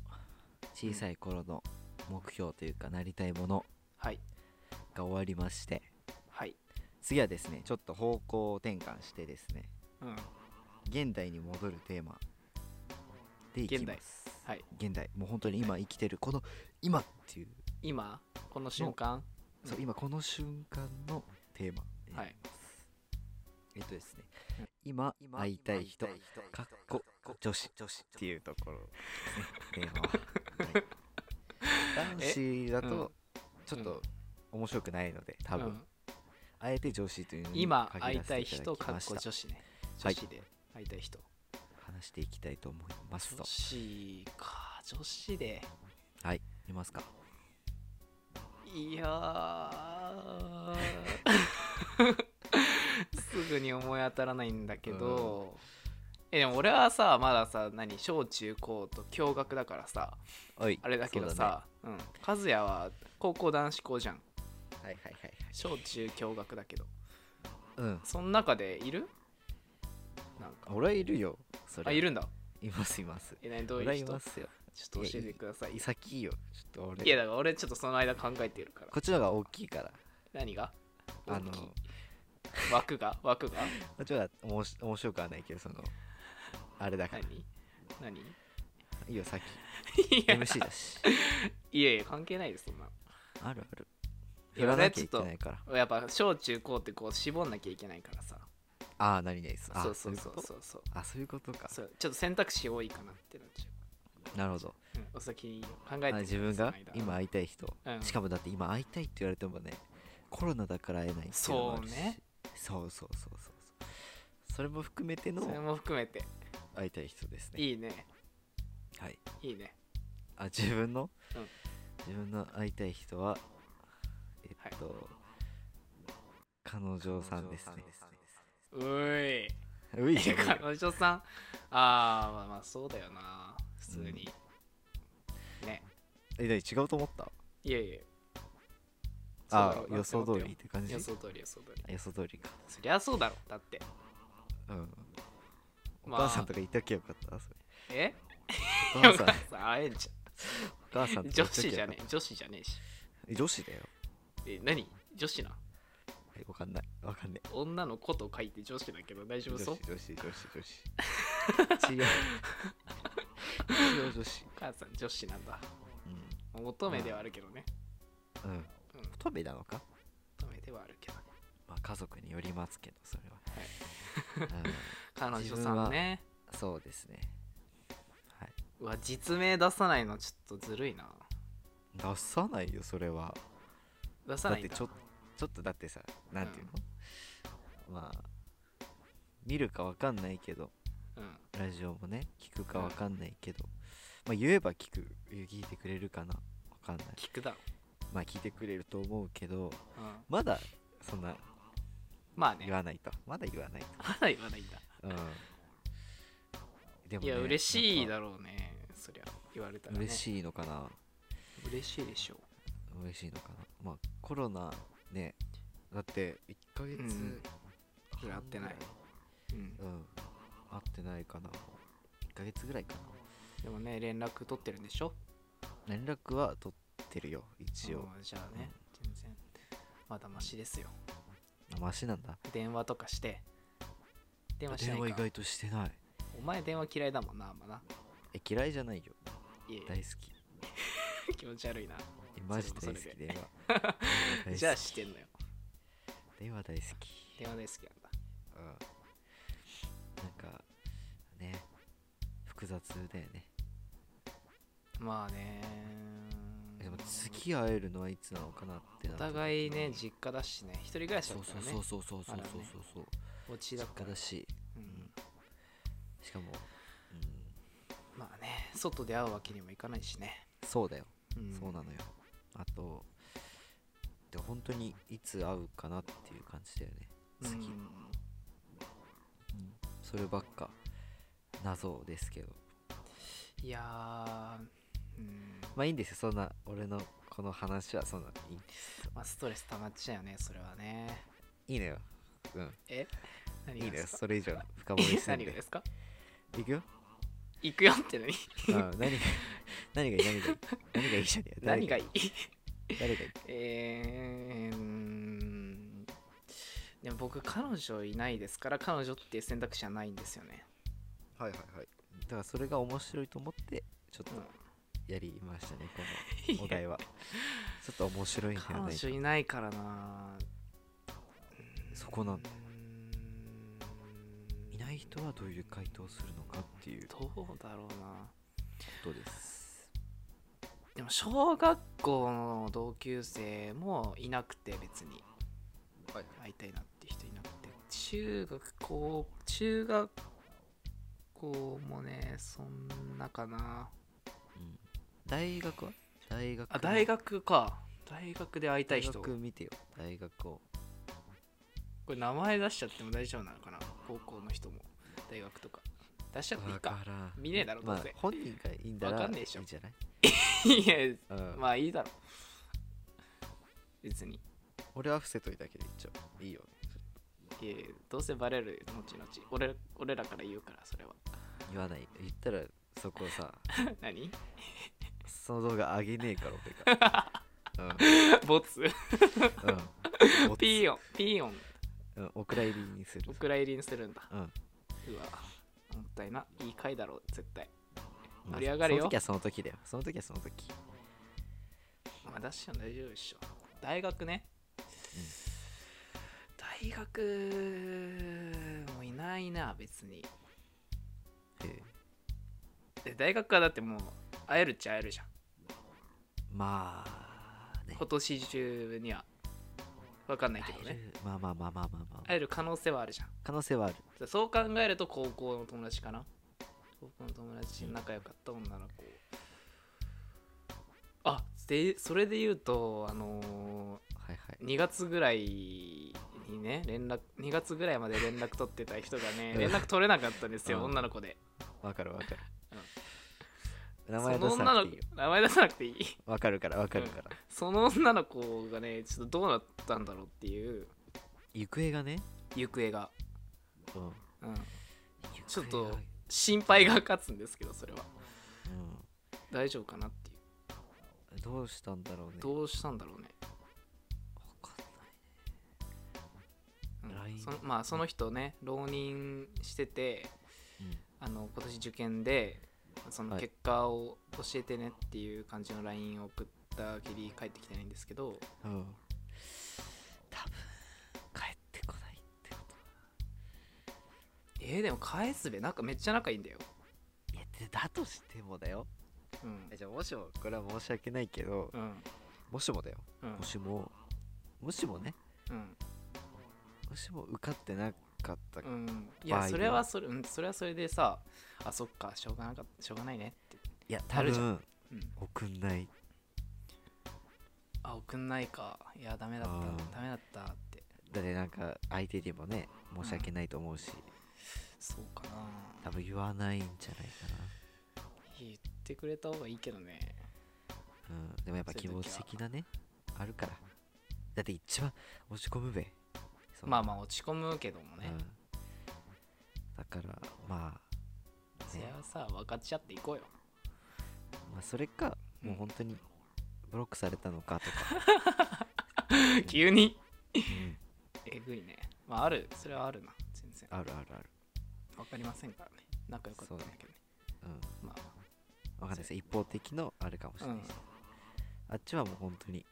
Speaker 1: 小さい頃の目標というかなりたいもの
Speaker 2: はい
Speaker 1: が終わりまして
Speaker 2: はい
Speaker 1: 次はですねちょっと方向転換してですね
Speaker 2: うん
Speaker 1: 現代に戻るテーマでいきます
Speaker 2: はい
Speaker 1: 現代もう本当に今生きてるこの今っていう、
Speaker 2: 今この瞬間うん
Speaker 1: そう今この瞬間のテーマになります、えっとですね
Speaker 2: うん
Speaker 1: 今
Speaker 3: 今
Speaker 1: 会
Speaker 3: 会
Speaker 1: い
Speaker 3: い
Speaker 1: た
Speaker 3: た
Speaker 1: い
Speaker 3: い
Speaker 1: 人
Speaker 3: 人か
Speaker 1: かっ
Speaker 3: っ
Speaker 1: こ
Speaker 3: こ
Speaker 1: 女
Speaker 3: 女
Speaker 1: 子
Speaker 3: 子
Speaker 1: 女
Speaker 3: 女
Speaker 1: 子
Speaker 3: 子
Speaker 1: っていうところですねテーマは、 はい男子だとちょっと面白くないので多分、
Speaker 2: うん
Speaker 1: あえて女子というのに
Speaker 2: 今
Speaker 1: 限
Speaker 2: 会い
Speaker 1: らせ
Speaker 2: た
Speaker 1: て
Speaker 2: い
Speaker 1: いただ
Speaker 2: 人
Speaker 1: き
Speaker 2: か
Speaker 1: ま
Speaker 2: っ
Speaker 1: し
Speaker 2: こ
Speaker 1: た
Speaker 2: 女子ね
Speaker 1: は
Speaker 2: 女
Speaker 1: い
Speaker 2: 子で会いたい人、
Speaker 1: 話していきたいと思いますと
Speaker 2: 女子か女子で
Speaker 1: はいいますか
Speaker 2: いやーすぐに思い当たらないんだけど、えでも俺はさまださ何小中高と共学だからさ
Speaker 1: はい
Speaker 2: あれだけど
Speaker 1: そう
Speaker 2: さう、ん、和也は高校男子校じゃん
Speaker 1: ねはいはいはい
Speaker 2: 小中共学だけど
Speaker 1: はいうん
Speaker 2: その中でいるなんか
Speaker 1: 俺はいるよそれ
Speaker 2: あいるんだ
Speaker 1: いますいます
Speaker 2: え何どう
Speaker 1: 俺
Speaker 2: い
Speaker 1: は
Speaker 2: う
Speaker 1: い
Speaker 2: 人ちょ
Speaker 1: ま
Speaker 2: っ
Speaker 1: すよ
Speaker 2: と教えてください
Speaker 1: 先いいよちょっと
Speaker 2: い
Speaker 1: 俺
Speaker 2: やだから俺ちょっとその間考えてるから
Speaker 1: こっちの方が大きいから
Speaker 2: 何が
Speaker 1: あの
Speaker 2: 大きい枠が枠 が
Speaker 1: こっちの方がおもし面白くはないけどそのあれだから
Speaker 2: 何何
Speaker 1: い
Speaker 2: い
Speaker 1: いよ先
Speaker 2: や
Speaker 1: MC だ し
Speaker 2: いやいや関係ないですそんな
Speaker 1: あるある
Speaker 2: いや
Speaker 1: やらなきゃいけないから
Speaker 2: のやっぱ小中高ってこう絞んなきゃいけないからさ
Speaker 1: ああ何々ですあ
Speaker 2: そうそうそう
Speaker 1: いこと
Speaker 2: そうそう
Speaker 1: あそういうことか
Speaker 2: そうちょっと選択肢多いかなってなっちゃ
Speaker 1: なるほど
Speaker 2: う、うん、お先に考え
Speaker 1: あ
Speaker 2: てみて
Speaker 1: 自分
Speaker 2: そ
Speaker 1: が
Speaker 2: の間
Speaker 1: 今会いたい人
Speaker 2: うん
Speaker 1: しかもだって今会いたいって言われてもねコロナだから会えないっていうのもあるし
Speaker 2: そうね
Speaker 1: そうそうそうそうそうそれも含めて
Speaker 2: それ
Speaker 1: の
Speaker 2: も含めて
Speaker 1: 会いたい人ですね
Speaker 2: いいね
Speaker 1: はい
Speaker 2: いいね
Speaker 1: あ自分の、
Speaker 2: うん
Speaker 1: 自分の会いたい人はえっと、彼女さんですね
Speaker 2: ういう
Speaker 1: いじゃねえよ
Speaker 2: 彼女さんあーまあまあそうだよな普通に、ね
Speaker 1: え何違うと思った
Speaker 2: いやいや
Speaker 1: あ
Speaker 2: そうだろうな
Speaker 1: 予想
Speaker 2: 思っ
Speaker 1: 通
Speaker 2: たよ
Speaker 1: りって感じ
Speaker 2: 予想通り予想通り
Speaker 1: あ予想通りか
Speaker 2: そりゃそうだろだって
Speaker 1: うんお
Speaker 2: まあ
Speaker 1: 母さんとか言っときゃよかった それ
Speaker 2: え
Speaker 1: お
Speaker 2: よ
Speaker 1: 母さ
Speaker 2: か
Speaker 1: ん
Speaker 2: った会えんじ
Speaker 1: お母さ
Speaker 2: ゃ
Speaker 1: ん
Speaker 2: ん
Speaker 1: とか言
Speaker 2: 女
Speaker 1: っとき
Speaker 2: 子じ
Speaker 1: ゃよ
Speaker 2: ゃ
Speaker 1: かっ
Speaker 2: ねえ女子じゃねえした
Speaker 1: え女子だよ
Speaker 2: え何女子な
Speaker 1: えわかんないわかんない
Speaker 2: 女の子と書いて女子だけど大丈
Speaker 1: 女
Speaker 2: 夫
Speaker 1: 子
Speaker 2: そ
Speaker 1: 女
Speaker 2: う
Speaker 1: 子女子女 子違う一応女子
Speaker 2: お母さん女子なんだ
Speaker 1: う
Speaker 2: 乙女ではあるけどね、
Speaker 1: んうん
Speaker 2: うん、
Speaker 1: 乙女なのか
Speaker 2: 乙女ではあるけどね
Speaker 1: まあ家族によりますけどそれは、 うん
Speaker 2: 彼女さんね
Speaker 1: そうですね。はい。
Speaker 2: うわ実名出さないのちょっとずるいな
Speaker 1: 出さないよ、それは。
Speaker 2: 出さ
Speaker 1: だっ
Speaker 2: ない
Speaker 1: て
Speaker 2: んだ
Speaker 1: ちょ、ちょっとだってさ、なんていうの、まあ、見るかわかんないけど、
Speaker 2: うん、
Speaker 1: ラジオもね、聞くかわかんないけど、まあ、言えば聞く聞いてくれるかなわかんない
Speaker 2: 聞くだろ、
Speaker 1: まあ聞いてくれると思うけど
Speaker 2: うん、
Speaker 1: まだそんな
Speaker 2: まあ
Speaker 1: 言
Speaker 2: ね
Speaker 1: わないとまだ言わないと
Speaker 2: まだ言わないんだ
Speaker 1: うんでも
Speaker 2: い
Speaker 1: ね
Speaker 2: や嬉しい
Speaker 1: やっ
Speaker 2: だろうねそりゃ言われた
Speaker 1: ぱ
Speaker 2: らね
Speaker 1: 嬉しいのかな
Speaker 2: 嬉しいでしょ
Speaker 1: 嬉しいのかなまあコロナねだって1ヶ月
Speaker 2: うんうんぐらい会ってない
Speaker 1: 半
Speaker 2: う、うん
Speaker 1: ぐ、らいうん会ってないかな1ヶ月ぐらいか
Speaker 2: でもね連絡取ってるんでしょ
Speaker 1: な連絡は取ってるよ一応
Speaker 2: うんじゃあね全然まだマシですよ
Speaker 1: あマシなんだ
Speaker 2: 電話とかして電話し
Speaker 1: 電
Speaker 2: な
Speaker 1: 話
Speaker 2: い
Speaker 1: 意
Speaker 2: か
Speaker 1: 外としてない
Speaker 2: お前電話嫌いだもんなあんまな
Speaker 1: え嫌いじゃないよ
Speaker 2: いやい
Speaker 1: 大好き
Speaker 2: や気持ち悪いな
Speaker 1: えマジ大好き
Speaker 2: それもそれ
Speaker 1: 電話 電話大好き
Speaker 2: じゃあしてんのよ
Speaker 1: 電話大好き
Speaker 2: 電話大好きなんだ
Speaker 1: うんなんかね複雑だよね
Speaker 2: まあね
Speaker 1: でも次会えるのはいつなのかなってな
Speaker 2: お
Speaker 1: った時に
Speaker 2: 互いね実家だしね一人暮らしだ
Speaker 1: そう
Speaker 2: ったらね
Speaker 1: そうそうそうそうそう
Speaker 2: まだ
Speaker 1: そう
Speaker 2: ね
Speaker 1: そうそう
Speaker 2: お家だ
Speaker 1: 実
Speaker 2: か
Speaker 1: 家
Speaker 2: ら
Speaker 1: だし
Speaker 2: うん
Speaker 1: しかも、うん、
Speaker 2: まあね外で会うわけにもいかないしね、
Speaker 1: そうだよ、
Speaker 2: ん
Speaker 1: そうなのよあとで本当にいつ会うかなっていう感じだよね
Speaker 2: うん
Speaker 1: 次、そればっか謎ですけど
Speaker 2: いやーうん
Speaker 1: まあいいんですよそんな俺のこの話はそんないい
Speaker 2: まあ、ストレス溜まっちゃうよねそれはね
Speaker 1: いいのようん
Speaker 2: え何
Speaker 1: いい
Speaker 2: が
Speaker 1: のよ
Speaker 2: ですか
Speaker 1: それ以上深掘り
Speaker 2: え
Speaker 1: するん
Speaker 2: 何が
Speaker 1: で
Speaker 2: ですか
Speaker 1: いくよ
Speaker 2: 行くよって何
Speaker 1: うん何が 何がいい何がいい何がいいじゃねえ
Speaker 2: 何が
Speaker 1: い
Speaker 2: いい
Speaker 1: 誰がいい
Speaker 2: えーうーんでも僕彼女いないですから彼女っていう選択肢はないんですよね、
Speaker 1: はいはいはいだからそれが面白いと思ってちょっ
Speaker 2: うん
Speaker 1: とやりましたね、 このお題はちょっと面白いんじゃな
Speaker 2: 彼
Speaker 1: い
Speaker 2: 女いないからな
Speaker 1: そこなんだ
Speaker 2: うーん
Speaker 1: いない人はどういう回答をするのかっていうこ
Speaker 2: どうだろうな
Speaker 1: とです
Speaker 2: でも小学校の同級生もいなくて別に
Speaker 1: はい
Speaker 2: 会いたいなって人いなくて中学校中学校もねそんなかな
Speaker 1: うん、大学は大学
Speaker 2: あ大
Speaker 1: 学
Speaker 2: 学か大学で会いたい
Speaker 1: 大
Speaker 2: 人
Speaker 1: 学見てよ大学を
Speaker 2: これ名前出しちゃっても大丈夫なのかな高校の人も大学とか出しちゃっていい
Speaker 1: だ
Speaker 2: か
Speaker 1: から
Speaker 2: 見ねえだろ
Speaker 1: まあ
Speaker 2: どうせ
Speaker 1: 本人がいいんだら
Speaker 2: わかん
Speaker 1: いい
Speaker 2: ねえ
Speaker 1: ん
Speaker 2: でし
Speaker 1: じ
Speaker 2: ょ
Speaker 1: ゃない、
Speaker 2: いや
Speaker 1: うん
Speaker 2: まあいいだろ別に
Speaker 1: 俺は伏せといたけど一応いいよ
Speaker 2: いやどうせバレる後々俺俺らから言うからそれは
Speaker 1: 言わない言ったらそこをさ
Speaker 2: 何
Speaker 1: その動画上げねえから俺 が
Speaker 2: ボツ
Speaker 1: うんうんおつ
Speaker 2: ピーヨンピーヨン
Speaker 1: うんお蔵入りにする
Speaker 2: お蔵入りにするんだ
Speaker 1: うん
Speaker 2: うわもったいないい回だろ絶対
Speaker 1: まあ
Speaker 2: 盛り上がるよ
Speaker 1: その時はその時だよその時はその時
Speaker 2: まあ出しても大丈夫でしょ大学ね、大学もいないな別に
Speaker 1: ええ
Speaker 2: で大学はだってもう会えるっちゃ会えるじゃん
Speaker 1: まあね
Speaker 2: 今年中には分かんないけど
Speaker 1: 会え
Speaker 2: ね
Speaker 1: るまあまあまあまあまあまあ
Speaker 2: 会える可能性はあるじゃん
Speaker 1: 可能性はある
Speaker 2: じゃあそう考えると高校の友達かな高校の友達仲良かった女の子あでそれで言うとあ
Speaker 1: はい
Speaker 2: のー、
Speaker 1: はい
Speaker 2: 2月ぐらいにね連絡2月ぐらいまで連絡取ってた人がね連絡取れなかったんですよ、
Speaker 1: うん
Speaker 2: 女の子で
Speaker 1: わかるわかる
Speaker 2: うん
Speaker 1: 名前出
Speaker 2: そ
Speaker 1: さ
Speaker 2: の
Speaker 1: なく
Speaker 2: 女の
Speaker 1: ていいよ
Speaker 2: 子名前出さなくていい
Speaker 1: わかるからわかるから
Speaker 2: その女の子がねちょっとどうなったんだろうっていう
Speaker 1: 行方がね
Speaker 2: 行方が、
Speaker 1: うん
Speaker 2: うん、ち
Speaker 1: 行
Speaker 2: ょっ
Speaker 1: 方が
Speaker 2: と心配が勝つんですけどそれは
Speaker 1: う
Speaker 2: 大丈夫かなっていうん
Speaker 1: どうしたんだろうね
Speaker 2: どうしたんだろうね
Speaker 1: わかんない
Speaker 2: うん
Speaker 1: LINE
Speaker 2: そのまあその人ね浪人してて
Speaker 1: うん
Speaker 2: あの今年受験でその
Speaker 1: はい
Speaker 2: 結果を教えてねっていう感じの LINE を送ったきり帰ってきてないんですけど
Speaker 1: うん多分帰ってこないってこと
Speaker 2: えー、でも返すべなんかめっちゃ仲いいんだよ、
Speaker 1: いやでだとしてもだよ
Speaker 2: うん
Speaker 1: えじゃあもしもこれは申し訳ないけど
Speaker 2: うん
Speaker 1: もしもだよ
Speaker 2: うん
Speaker 1: もしももしもね
Speaker 2: うん
Speaker 1: もしも受かってなかった
Speaker 2: うんい
Speaker 1: 場合
Speaker 2: や
Speaker 1: は
Speaker 2: それはそれ,、うん、それはそれでさあそっかしょうがなかしょうがないねって
Speaker 1: いや多
Speaker 2: あるじゃ
Speaker 1: 分
Speaker 2: うん、
Speaker 1: 送んない
Speaker 2: あ送んないかいやダメだっ
Speaker 1: あー
Speaker 2: たダメだったって
Speaker 1: だってなんか相手にもね申し訳ないと思うし
Speaker 2: そうかな
Speaker 1: 多分言わないんじゃないか
Speaker 2: 言ってくれた方がいいけどね
Speaker 1: な、うん、でもやっぱ
Speaker 2: そう
Speaker 1: 気
Speaker 2: いう
Speaker 1: 持
Speaker 2: 時
Speaker 1: ち
Speaker 2: は
Speaker 1: 的なねあるからだって一番落ち込むべその
Speaker 2: まあまあ落ち込むけどもね
Speaker 1: う、ん、だからまあ、
Speaker 2: そ
Speaker 1: ね
Speaker 2: れはさ分かっちゃっていこうよ
Speaker 1: まあそれか
Speaker 2: うん
Speaker 1: もう本当にブロックされたのか とか、
Speaker 2: 急に
Speaker 1: うん
Speaker 2: えぐいねまああるそれはあるな全然
Speaker 1: あるあるある
Speaker 2: 分かりませんからね仲良かったんだけどね
Speaker 1: うん
Speaker 2: まあ
Speaker 1: わかんないです一方的のあれかもしれないし、
Speaker 2: うん
Speaker 1: あっちはもう本当に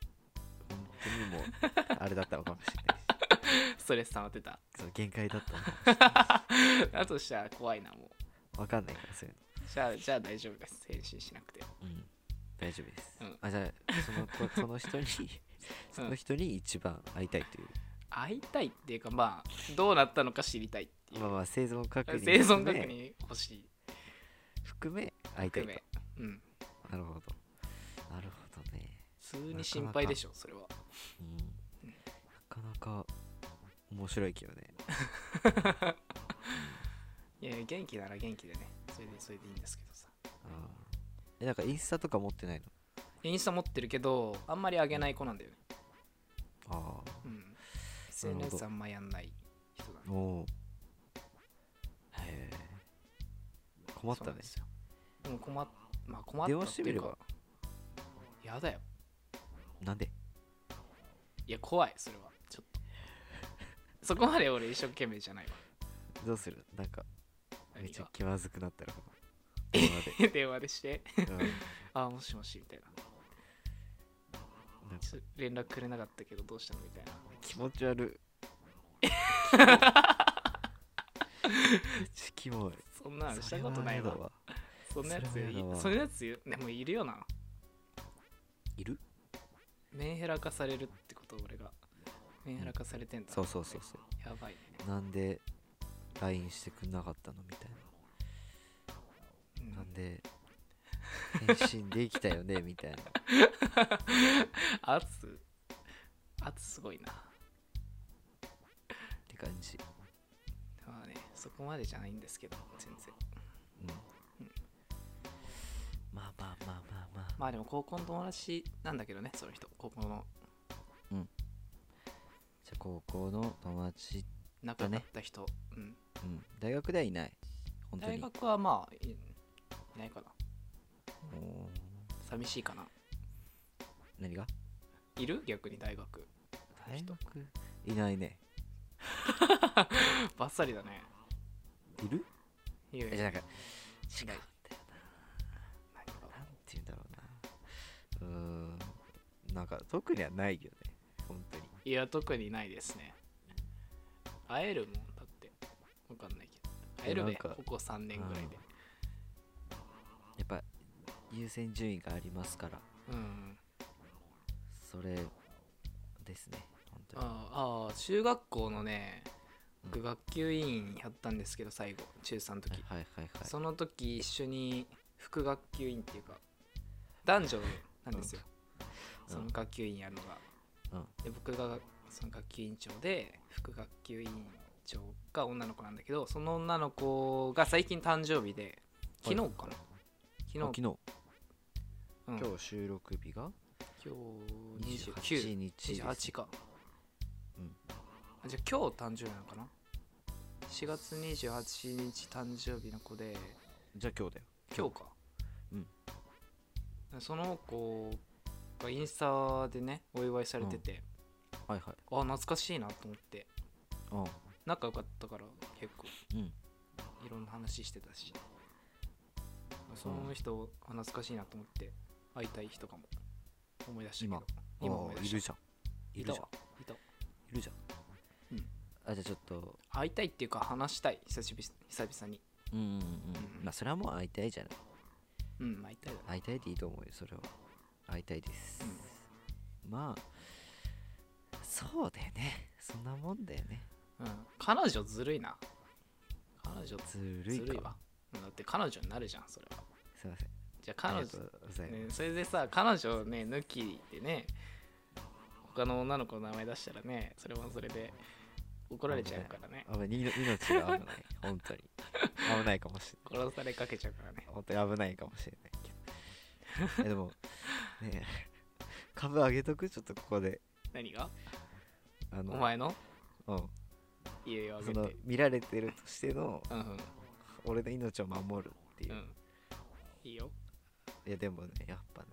Speaker 1: 本当にもう あれだったのかもしれないし
Speaker 2: ストレス溜まってた
Speaker 1: その限界だったのかもしれない
Speaker 2: だとしたら怖いなもう
Speaker 1: しわかんないからそういう
Speaker 2: じゃあじゃあ大丈夫です返信しなくて
Speaker 1: のうん大丈夫です、
Speaker 2: うん
Speaker 1: あじゃあそのこその 人にその人に一番会いたいという、
Speaker 2: 会いたいっていうかまあどうなったのか知りたいっていう、
Speaker 1: まあまあ生存確認
Speaker 2: 生存確
Speaker 1: 含め
Speaker 2: 認欲しい
Speaker 1: 含め会いたいと
Speaker 2: 含めうん
Speaker 1: なるほどなるほどね
Speaker 2: 普通に心配でしょそれは
Speaker 1: うんなかなか面白いけどね
Speaker 2: いや元気なら元気でねそれでそれでいいんですけどさ
Speaker 1: うんえなんかインスタとか持ってないの
Speaker 2: インスタ持ってるけどあんまり上げない子なんだよね
Speaker 1: ああ
Speaker 2: うん。SNS あんまやんない人だね。
Speaker 1: おおへえ困った
Speaker 2: そうなん
Speaker 1: ね
Speaker 2: ですよ。もう困っ、まあ困った
Speaker 1: 電話してみれ
Speaker 2: っ
Speaker 1: ば
Speaker 2: ていうかやだよ。
Speaker 1: なんで
Speaker 2: いや、怖い、それは。ちょっと。そこまで俺一生懸命じゃないわ。
Speaker 1: どうするなんかめっ
Speaker 2: 何
Speaker 1: ちゃ
Speaker 2: が
Speaker 1: 気まずくなったら電話
Speaker 2: 電話でして、
Speaker 1: で、 うん、
Speaker 2: あ、もしもしみたいな。
Speaker 1: なんか
Speaker 2: ちょ連絡くれなかったけどどうしたのみたいな。
Speaker 1: 気持ち悪いめっちゃキモい
Speaker 2: そんなのし
Speaker 1: そ
Speaker 2: た
Speaker 1: れ
Speaker 2: こと
Speaker 1: は
Speaker 2: ない
Speaker 1: やだ
Speaker 2: わ。
Speaker 1: わ
Speaker 2: そんなやつ
Speaker 1: それは嫌だわ
Speaker 2: い、そんなやつい、でもいるよな。
Speaker 1: いる
Speaker 2: メンヘラ化されるってこと、俺が。メンヘラ化されてんだ。。
Speaker 1: そうそうそうそう
Speaker 2: やばいね。
Speaker 1: うなんで LINE してくんなかったのみたいな
Speaker 2: うん
Speaker 1: なんで返信できたよ ねみたいな
Speaker 2: 圧圧すごいな
Speaker 1: って感じ、
Speaker 2: まあねそこまでじゃないんですけど全然
Speaker 1: うんまあまあまあまあまあ、
Speaker 2: まあでも高校の友達なんだけどねその人高校の
Speaker 1: じゃあ高校の友達、
Speaker 2: 仲良かった人、うん、
Speaker 1: うん、大学ではいない本当
Speaker 2: 大
Speaker 1: に
Speaker 2: 学はまあいいないかな
Speaker 1: おー
Speaker 2: 寂しいかな
Speaker 1: 何が
Speaker 2: いる逆に大学
Speaker 1: 大学いないね
Speaker 2: バッサリだね
Speaker 1: いる
Speaker 2: いやい
Speaker 1: えじゃ
Speaker 2: や
Speaker 1: あなんか違うんだよな
Speaker 2: 何が
Speaker 1: なんて言うんだろうなうーんなんか特にはないよね本当に
Speaker 2: いや特にないですね会えるもんだってわかんないけど会える
Speaker 1: え
Speaker 2: べ
Speaker 1: なん
Speaker 2: こ
Speaker 1: か
Speaker 2: こ3年ぐらいで
Speaker 1: やっぱ優先順位がありますから
Speaker 2: うん
Speaker 1: それですね本当に
Speaker 2: ああ中学校のね
Speaker 1: うん
Speaker 2: 僕学級委員やったんですけど最後中3の時、
Speaker 1: はいはいはいはい
Speaker 2: その時一緒に副学級委員っていうか男女なんですよ、
Speaker 1: うん
Speaker 2: その学級委員やるのが
Speaker 1: うん
Speaker 2: で僕がその学級委員長で副学級委員長が女の子なんだけどその女の子が最近誕生日で昨日かな、
Speaker 1: あ
Speaker 2: 昨日
Speaker 1: 昨日
Speaker 2: うん
Speaker 1: 今日収録日が
Speaker 2: 今日
Speaker 1: 28
Speaker 2: 29
Speaker 1: 日ですね
Speaker 2: 28か、
Speaker 1: うん
Speaker 2: あじゃあ今日誕生日なのかな4月28日誕生日の子で
Speaker 1: じゃあ今日だよ
Speaker 2: 今日か
Speaker 1: うん
Speaker 2: その子がインスタでねお祝いされてて、
Speaker 1: はいはい
Speaker 2: あ懐かしいなと思って仲良かったから結構
Speaker 1: うんうん
Speaker 2: いろんな話してたしその人あ懐かしいなと思って会いたい人かも思い出したけど今思
Speaker 1: あ
Speaker 2: い
Speaker 1: ー
Speaker 2: 出
Speaker 1: いる
Speaker 2: した
Speaker 1: じゃんい
Speaker 2: い
Speaker 1: る
Speaker 2: た
Speaker 1: じゃん
Speaker 2: わいた
Speaker 1: いるじゃん
Speaker 2: うん
Speaker 1: あじゃあちょっと
Speaker 2: 会いたいっていうか話したい久しぶり久々に
Speaker 1: うんうんうん
Speaker 2: うん
Speaker 1: まあそれはもう会いたいじゃない
Speaker 2: うんまあ会いたいだ
Speaker 1: 会いたいでいいと思うよそれは会いたいです、まあそうだよねそんなもんだよね
Speaker 2: なうん彼女ずるいな彼女
Speaker 1: ずる
Speaker 2: ず
Speaker 1: いか
Speaker 2: るいわうんだって彼女になるじゃんそれは
Speaker 1: すいません
Speaker 2: じゃあ
Speaker 1: あ
Speaker 2: 彼
Speaker 1: りが
Speaker 2: 女
Speaker 1: とうございます、
Speaker 2: ね、それでさ彼女をね抜きでね他の女の子の名前出したらねそれもそれで怒られちゃうからね
Speaker 1: 危ないに命が危ない本当に危ないかもしれない
Speaker 2: 殺されかけちゃうからね
Speaker 1: 本当に危ないかもしれないけどえでもねえ株上げとくちょっとここで
Speaker 2: 何が
Speaker 1: あの
Speaker 2: お前の
Speaker 1: うん、
Speaker 2: 家をあ
Speaker 1: そ
Speaker 2: げて
Speaker 1: の見られてるとしての
Speaker 2: うんうん
Speaker 1: 俺の命を守るっていう、
Speaker 2: うんいいよ
Speaker 1: いやでもねやっぱね、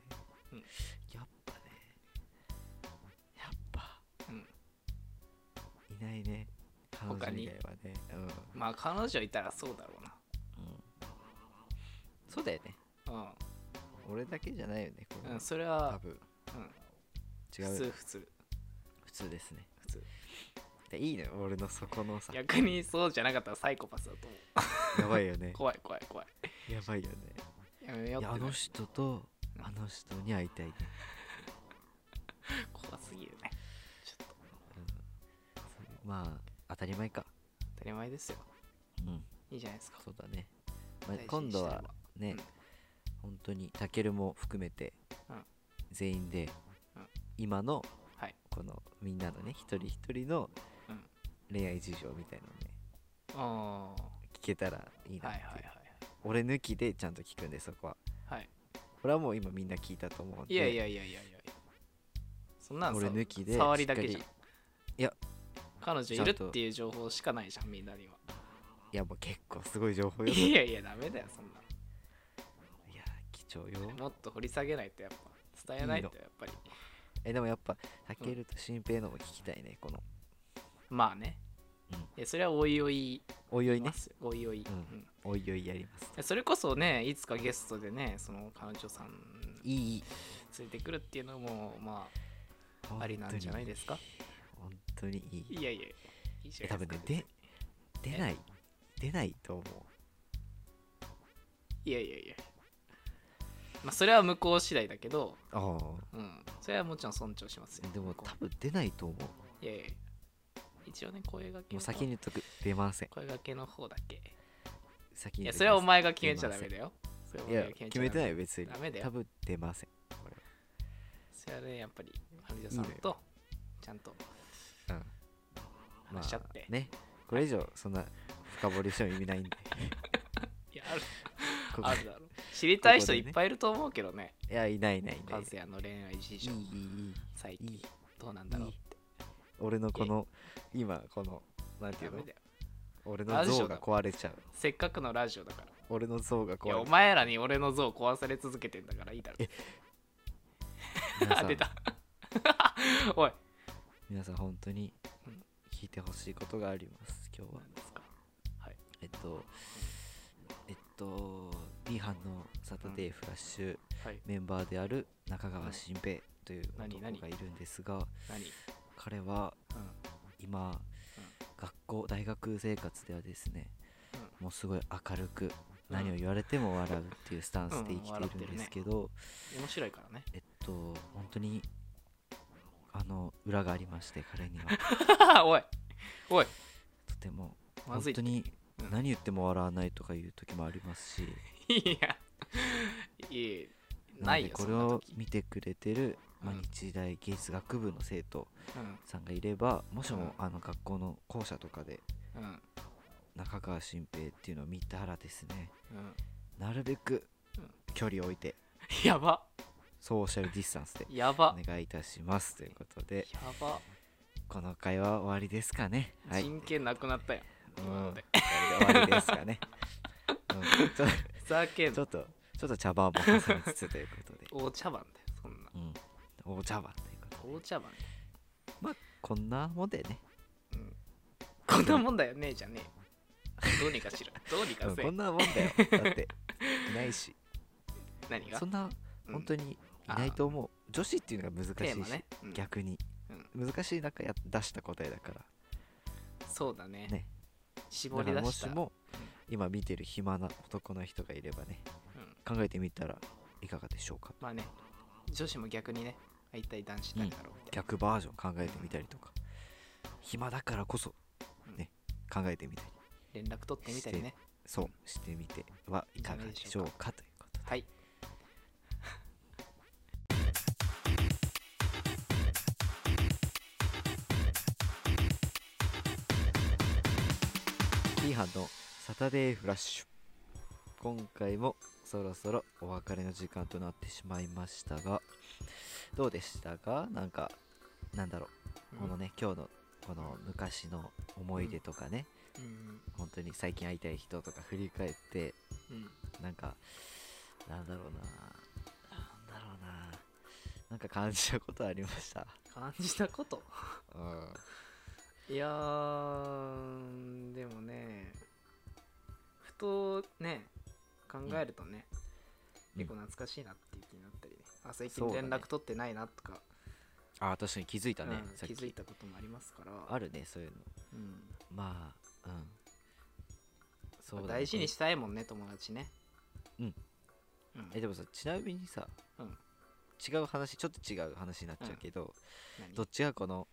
Speaker 2: うん
Speaker 1: やっぱねやっぱ、
Speaker 2: うん
Speaker 1: いないね彼
Speaker 2: 他
Speaker 1: 女
Speaker 2: に
Speaker 1: 以外はね、うんうん、
Speaker 2: まあ彼女いたらそうだろ
Speaker 1: そうだよね
Speaker 2: うな
Speaker 1: 俺だけじゃないよねこ
Speaker 2: う
Speaker 1: れ
Speaker 2: ん、
Speaker 1: は
Speaker 2: うん、それ
Speaker 1: 多
Speaker 2: は、
Speaker 1: 分
Speaker 2: うん、
Speaker 1: 違う
Speaker 2: 普
Speaker 1: よ
Speaker 2: 通普通
Speaker 1: 普通ですね
Speaker 2: 普通
Speaker 1: でいいね俺のそこのさや
Speaker 2: 逆にそうじゃなかったらサイコパスだと思う
Speaker 1: ばいよね
Speaker 2: 怖い怖い怖い
Speaker 1: やばいよね
Speaker 2: やめよ
Speaker 1: いや
Speaker 2: うって
Speaker 1: あ
Speaker 2: な
Speaker 1: の
Speaker 2: る
Speaker 1: 人とあの人に会いたいね、
Speaker 2: 怖すぎるねちょっと
Speaker 1: うんまあ当たり前か
Speaker 2: 当たり前ですよ
Speaker 1: うん
Speaker 2: いいじゃないですか
Speaker 1: そうだね、まあ
Speaker 2: 大事にしてれば
Speaker 1: 今度はね、
Speaker 2: うん
Speaker 1: 本当にタケルも含めて、
Speaker 2: うん
Speaker 1: 全員で、
Speaker 2: うん
Speaker 1: 今の
Speaker 2: はい
Speaker 1: このみんなのね一人一人の
Speaker 2: うん
Speaker 1: 恋愛事情みたいなのね
Speaker 2: ああ
Speaker 1: 聞けたらいいな
Speaker 2: は
Speaker 1: っ
Speaker 2: い
Speaker 1: て
Speaker 2: は
Speaker 1: いう、
Speaker 2: い
Speaker 1: 俺抜きでちゃんと聞くんでそこは
Speaker 2: はいはい
Speaker 1: 俺はもう今みんな聞いたと思うんで
Speaker 2: いやいやいやいやいやそんなん
Speaker 1: 俺
Speaker 2: さ
Speaker 1: 抜きで
Speaker 2: 触りだけじゃん
Speaker 1: しっかりいや
Speaker 2: 彼女い
Speaker 1: ちゃ
Speaker 2: る
Speaker 1: んと
Speaker 2: っていう情報しかないじゃんみんなにはい
Speaker 1: やもう結構すごい情報 よい
Speaker 2: いやいやダメだよそんな
Speaker 1: や貴重よ
Speaker 2: のもっと掘り下げないとやっぱ伝えないとやっぱり
Speaker 1: えでもやっぱタケルと新平のも聞きたいねこの
Speaker 2: まあね
Speaker 1: うん
Speaker 2: いやそれはおいおい
Speaker 1: おいおいね
Speaker 2: ますよおいおい、
Speaker 1: うん
Speaker 2: うん
Speaker 1: おいおいやります
Speaker 2: それこそねいつかゲストでねその彼女さん
Speaker 1: いいいい
Speaker 2: 連れてくるっていうのもまあありなんじゃないですか
Speaker 1: 本当にいい
Speaker 2: いやいやいいじゃ
Speaker 1: え
Speaker 2: な
Speaker 1: 多
Speaker 2: いで
Speaker 1: 分
Speaker 2: すか
Speaker 1: ねで出ない出ないと思う
Speaker 2: いやいやいやまあそれは向こう次第だけど
Speaker 1: あ
Speaker 2: うんそれはもちろん尊重しますよ
Speaker 1: あでも
Speaker 2: 向こ
Speaker 1: 多分出ないと思う
Speaker 2: ういやいや一応ね声がけ
Speaker 1: も
Speaker 2: の
Speaker 1: う先に言っとく出ません
Speaker 2: 声がけの方だけ
Speaker 1: 先
Speaker 2: い
Speaker 1: に言
Speaker 2: や
Speaker 1: っときます
Speaker 2: それはお前が決めちゃダメだよそれはお
Speaker 1: い
Speaker 2: 前
Speaker 1: や
Speaker 2: が
Speaker 1: 決めてないいよ別に
Speaker 2: ダメだよ
Speaker 1: 多分出ませんこ
Speaker 2: それはねやっぱり彼女さん
Speaker 1: いいの
Speaker 2: とちゃんと
Speaker 1: れうん
Speaker 2: 話し合って、
Speaker 1: ねこれ以上そんな深掘りしても意味 ないんで
Speaker 2: いやある
Speaker 1: ここ
Speaker 2: あるだろう知りたい
Speaker 1: ここ
Speaker 2: 人
Speaker 1: で
Speaker 2: い
Speaker 1: ね
Speaker 2: っぱいいると思うけどね
Speaker 1: いやいないいないいな
Speaker 2: 和
Speaker 1: い
Speaker 2: 也の恋愛事
Speaker 1: いい
Speaker 2: 情
Speaker 1: いい
Speaker 2: 最
Speaker 1: いいい
Speaker 2: 近
Speaker 1: い
Speaker 2: どうなんだろうって
Speaker 1: 俺のこの今このなんてい
Speaker 2: ダ
Speaker 1: う
Speaker 2: メ
Speaker 1: の
Speaker 2: だよ
Speaker 1: 俺
Speaker 2: ラ
Speaker 1: の
Speaker 2: ジオ
Speaker 1: 像
Speaker 2: だ
Speaker 1: が壊れちゃう
Speaker 2: せっかくのラジオだから
Speaker 1: 俺の像が
Speaker 2: いや
Speaker 1: 壊
Speaker 2: お
Speaker 1: れちゃ
Speaker 2: 前らに俺の像壊され続けてんだからいいだろ
Speaker 1: えう皆
Speaker 2: あ
Speaker 1: さん
Speaker 2: 出た おい
Speaker 1: 皆さん本当に
Speaker 2: うん
Speaker 1: 聞いてほしいことがあります今日は
Speaker 2: 何ですか
Speaker 1: えっとえっと B 班のサタデーフラッシュ
Speaker 2: はい
Speaker 1: メンバーである中川新平という
Speaker 2: 何
Speaker 1: 男がいるんですが
Speaker 2: 何
Speaker 1: 彼は今学校大学生活ではですねもうすごい明るく何を言われても笑うっていうスタンスで生きているんですけど
Speaker 2: うん面白いからね
Speaker 1: えっと本当にあの裏がありまして彼には
Speaker 2: おいおい
Speaker 1: とても
Speaker 2: ま
Speaker 1: 本
Speaker 2: ずいっ
Speaker 1: 当
Speaker 2: て
Speaker 1: に
Speaker 2: うん
Speaker 1: 何言っても笑わないとかいう時もありますし
Speaker 2: いやいや
Speaker 1: な
Speaker 2: な
Speaker 1: の
Speaker 2: い
Speaker 1: で
Speaker 2: よ
Speaker 1: これ
Speaker 2: そんな
Speaker 1: を
Speaker 2: 時
Speaker 1: 見てくれてるまあ
Speaker 2: うん
Speaker 1: 日大芸術学部の生徒
Speaker 2: うん
Speaker 1: さんがいればもし
Speaker 2: うん
Speaker 1: もあの学校の校舎とかで
Speaker 2: うん
Speaker 1: 中川新平っていうのを見たらですね
Speaker 2: うん
Speaker 1: なるべく
Speaker 2: うん
Speaker 1: 距離を置いて
Speaker 2: やば
Speaker 1: ソーシャルディスタンスで
Speaker 2: や
Speaker 1: お
Speaker 2: ば
Speaker 1: 願いいたしますということで
Speaker 2: やば
Speaker 1: この会話は終わりですかねはい、うん、
Speaker 2: 人権なくなったよ
Speaker 1: これ
Speaker 2: 今ので
Speaker 1: で終わりです かね、うん、ちょ
Speaker 2: ふざけん
Speaker 1: ちょ
Speaker 2: な
Speaker 1: っとちょっと茶番も挟みつつということで
Speaker 2: お茶番だよそんな
Speaker 1: うんお茶番ということで
Speaker 2: お茶番
Speaker 1: まあこんなもんでね
Speaker 2: うんこんなもんだよねじゃねえよどうにか しろどうにか
Speaker 1: うん
Speaker 2: せ
Speaker 1: こん
Speaker 2: え
Speaker 1: なもんだよだ っていないし
Speaker 2: 何が
Speaker 1: そんな
Speaker 2: うん
Speaker 1: 本当にいないと思う、女子っていうのが難し
Speaker 2: テ
Speaker 1: い
Speaker 2: ーマ
Speaker 1: し、
Speaker 2: ね、うん
Speaker 1: 逆に、難しい中や出した答えだか
Speaker 2: そうだね
Speaker 1: らね
Speaker 2: 絞
Speaker 1: だか
Speaker 2: り
Speaker 1: ら
Speaker 2: 出
Speaker 1: も
Speaker 2: した
Speaker 1: しも今見てる暇な男の人がいればね
Speaker 2: うん
Speaker 1: 考えてみたらいかがでしょうか
Speaker 2: まあね女子も逆にね一体男子誰だろうって、
Speaker 1: 逆バージョン考えてみたりとか暇だからこそね考えてみたり
Speaker 2: 連絡取ってみたりね
Speaker 1: そうしてみてはいかがでしょうかということで
Speaker 2: はい
Speaker 1: B 班のサタデーフラッシュ今回もそろそろお別れの時間となってしまいましたがどうでしたかなんかなんだろうこのね今日のこの昔の思い出とかね
Speaker 2: うん
Speaker 1: 本当に最近会いたい人とか振り返って
Speaker 2: うん
Speaker 1: なんかなんだろうななんだろうななんか感じたことありました
Speaker 2: 感じたこと
Speaker 1: うん
Speaker 2: いやーでもねふとね考えるとね、
Speaker 1: うん
Speaker 2: 結構懐かしいなっていう気になったりね、あ最
Speaker 1: そう
Speaker 2: 近
Speaker 1: だね
Speaker 2: 連絡取ってないなとか、
Speaker 1: あー確かに気づいたね、
Speaker 2: うん
Speaker 1: さっ
Speaker 2: 気
Speaker 1: き
Speaker 2: づいたこともありますから、
Speaker 1: あるねそういうの
Speaker 2: うん
Speaker 1: まあうんそうだね
Speaker 2: 大事にしたいもんね友達ね
Speaker 1: うん、
Speaker 2: うん、
Speaker 1: えでもさちなみにさ、
Speaker 2: うん
Speaker 1: 違う話ちょっと違う話になっちゃうけど、
Speaker 2: 何
Speaker 1: どっちがこの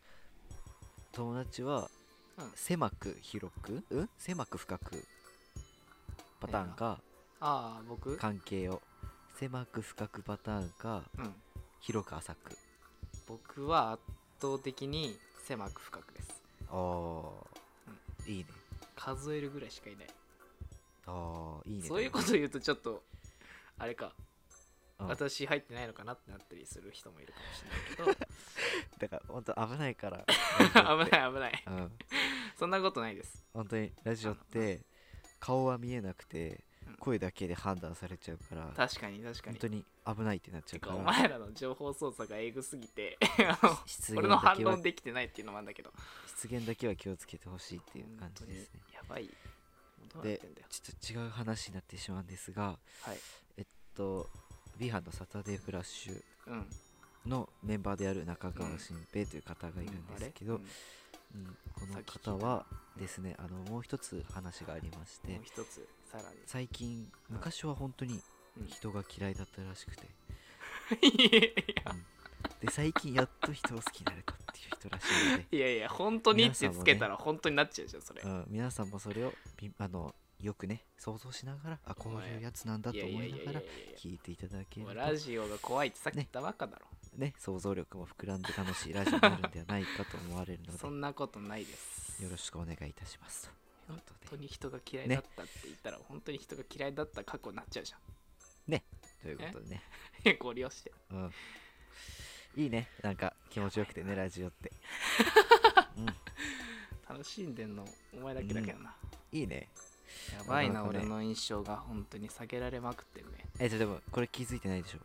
Speaker 1: 友達は
Speaker 2: うん
Speaker 1: 狭く広く、うん、狭く深くパターンか
Speaker 2: ああ僕うん
Speaker 1: 関係を狭く深くパターンか広く浅く
Speaker 2: 僕は圧倒的に狭く深くです
Speaker 1: あー、いいね
Speaker 2: 数えるぐらいしかいない
Speaker 1: あーいいね
Speaker 2: そういうこと言うとちょっとあれか、
Speaker 1: うん
Speaker 2: 私入ってないのかなってなったりする人もいるかもしれないけ
Speaker 1: だから本当危ない から
Speaker 2: ど危
Speaker 1: い、
Speaker 2: ない危ない
Speaker 1: うん、
Speaker 2: そんなことないです
Speaker 1: 本当にラジオって顔は見えなくて
Speaker 2: うん
Speaker 1: 声だけで判断されちゃうから
Speaker 2: 確かに確か
Speaker 1: 本
Speaker 2: に
Speaker 1: 当に危ないってなっちゃ
Speaker 2: て
Speaker 1: う
Speaker 2: かお
Speaker 1: から
Speaker 2: 前らの情報操作がエグすぎ て
Speaker 1: 失
Speaker 2: 俺
Speaker 1: 言
Speaker 2: の
Speaker 1: だ
Speaker 2: 反
Speaker 1: けは
Speaker 2: 論できてないっていうのもあるんだけど
Speaker 1: 失言だけは気をつけてほしいっていう感じですね
Speaker 2: 本当にやばいどうなっ
Speaker 1: で
Speaker 2: てんだよ
Speaker 1: ちょっと違う話になってしまうんですが
Speaker 2: はい
Speaker 1: えっと B 班のサタデーフラッシュ
Speaker 2: うん
Speaker 1: のメンバーである中川新平という方がいるんですけど、
Speaker 2: うんあれ
Speaker 1: うん
Speaker 2: さっき聞いた
Speaker 1: この方はですねあのもう一つ話がありまし
Speaker 2: うん
Speaker 1: て
Speaker 2: もう一つさらに
Speaker 1: 最近
Speaker 2: うん
Speaker 1: 昔は本当に
Speaker 2: うん
Speaker 1: 人が嫌いだったらしくて、
Speaker 2: い、
Speaker 1: で最近やっと人を好きになれたっていう人らしいので
Speaker 2: やいやいや本当にってつけたら本当になっちゃうじゃんそれ、
Speaker 1: うん、皆さんもそれをびあのよくね想像しながらあこういうやつなんだ
Speaker 2: い
Speaker 1: と
Speaker 2: やい
Speaker 1: 思
Speaker 2: や
Speaker 1: い
Speaker 2: いやい
Speaker 1: な
Speaker 2: や
Speaker 1: が
Speaker 2: いや
Speaker 1: ら聞いていただける
Speaker 2: もう
Speaker 1: と
Speaker 2: ラジオが怖いってさっき言ったばっかだろ、
Speaker 1: ね想像力も膨らんで楽しいラジオになるんではないかと思われるの
Speaker 2: そ
Speaker 1: で
Speaker 2: んなことないです
Speaker 1: よろしくお願いいたしますという
Speaker 2: 本
Speaker 1: こと
Speaker 2: 当
Speaker 1: で
Speaker 2: に人が嫌いだったって言ったら、本当に人が嫌いだった過去になっちゃうじ
Speaker 1: ということでね、
Speaker 2: ゃん ご利用して
Speaker 1: うん、いいねなんか気持ちよくてねラジオって、うん、
Speaker 2: 楽しんでんのお前だけだけどな、
Speaker 1: いいね
Speaker 2: やばい
Speaker 1: な
Speaker 2: な
Speaker 1: かなかね
Speaker 2: 俺の印象が本当に下げられまくってるね
Speaker 1: えじゃあでもこれ気づいてないでしょ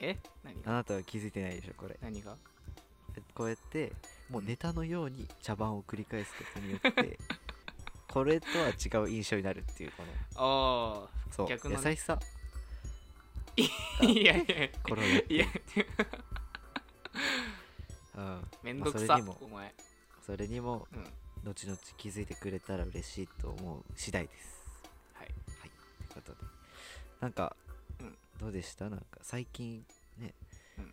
Speaker 2: え何
Speaker 1: あ
Speaker 2: が
Speaker 1: なたは気づいてないでしょこれ
Speaker 2: 何が
Speaker 1: こうやってもうネタのように茶番を繰り返すことによって これとは違う印象になるっていうこの
Speaker 2: あ
Speaker 1: そう、
Speaker 2: 逆の
Speaker 1: 優
Speaker 2: ね
Speaker 1: しさ
Speaker 2: あ いやいや
Speaker 1: これをやって
Speaker 2: いや
Speaker 1: うん、
Speaker 2: めんど
Speaker 1: まあそ
Speaker 2: く
Speaker 1: れ
Speaker 2: さ
Speaker 1: にも
Speaker 2: お前
Speaker 1: それにも
Speaker 2: うんは
Speaker 1: 後々気づいてくれたら嬉しいと思う次第です
Speaker 2: い
Speaker 1: ということでなんか、
Speaker 2: うん
Speaker 1: どうでしたなんか最近ね、
Speaker 2: うん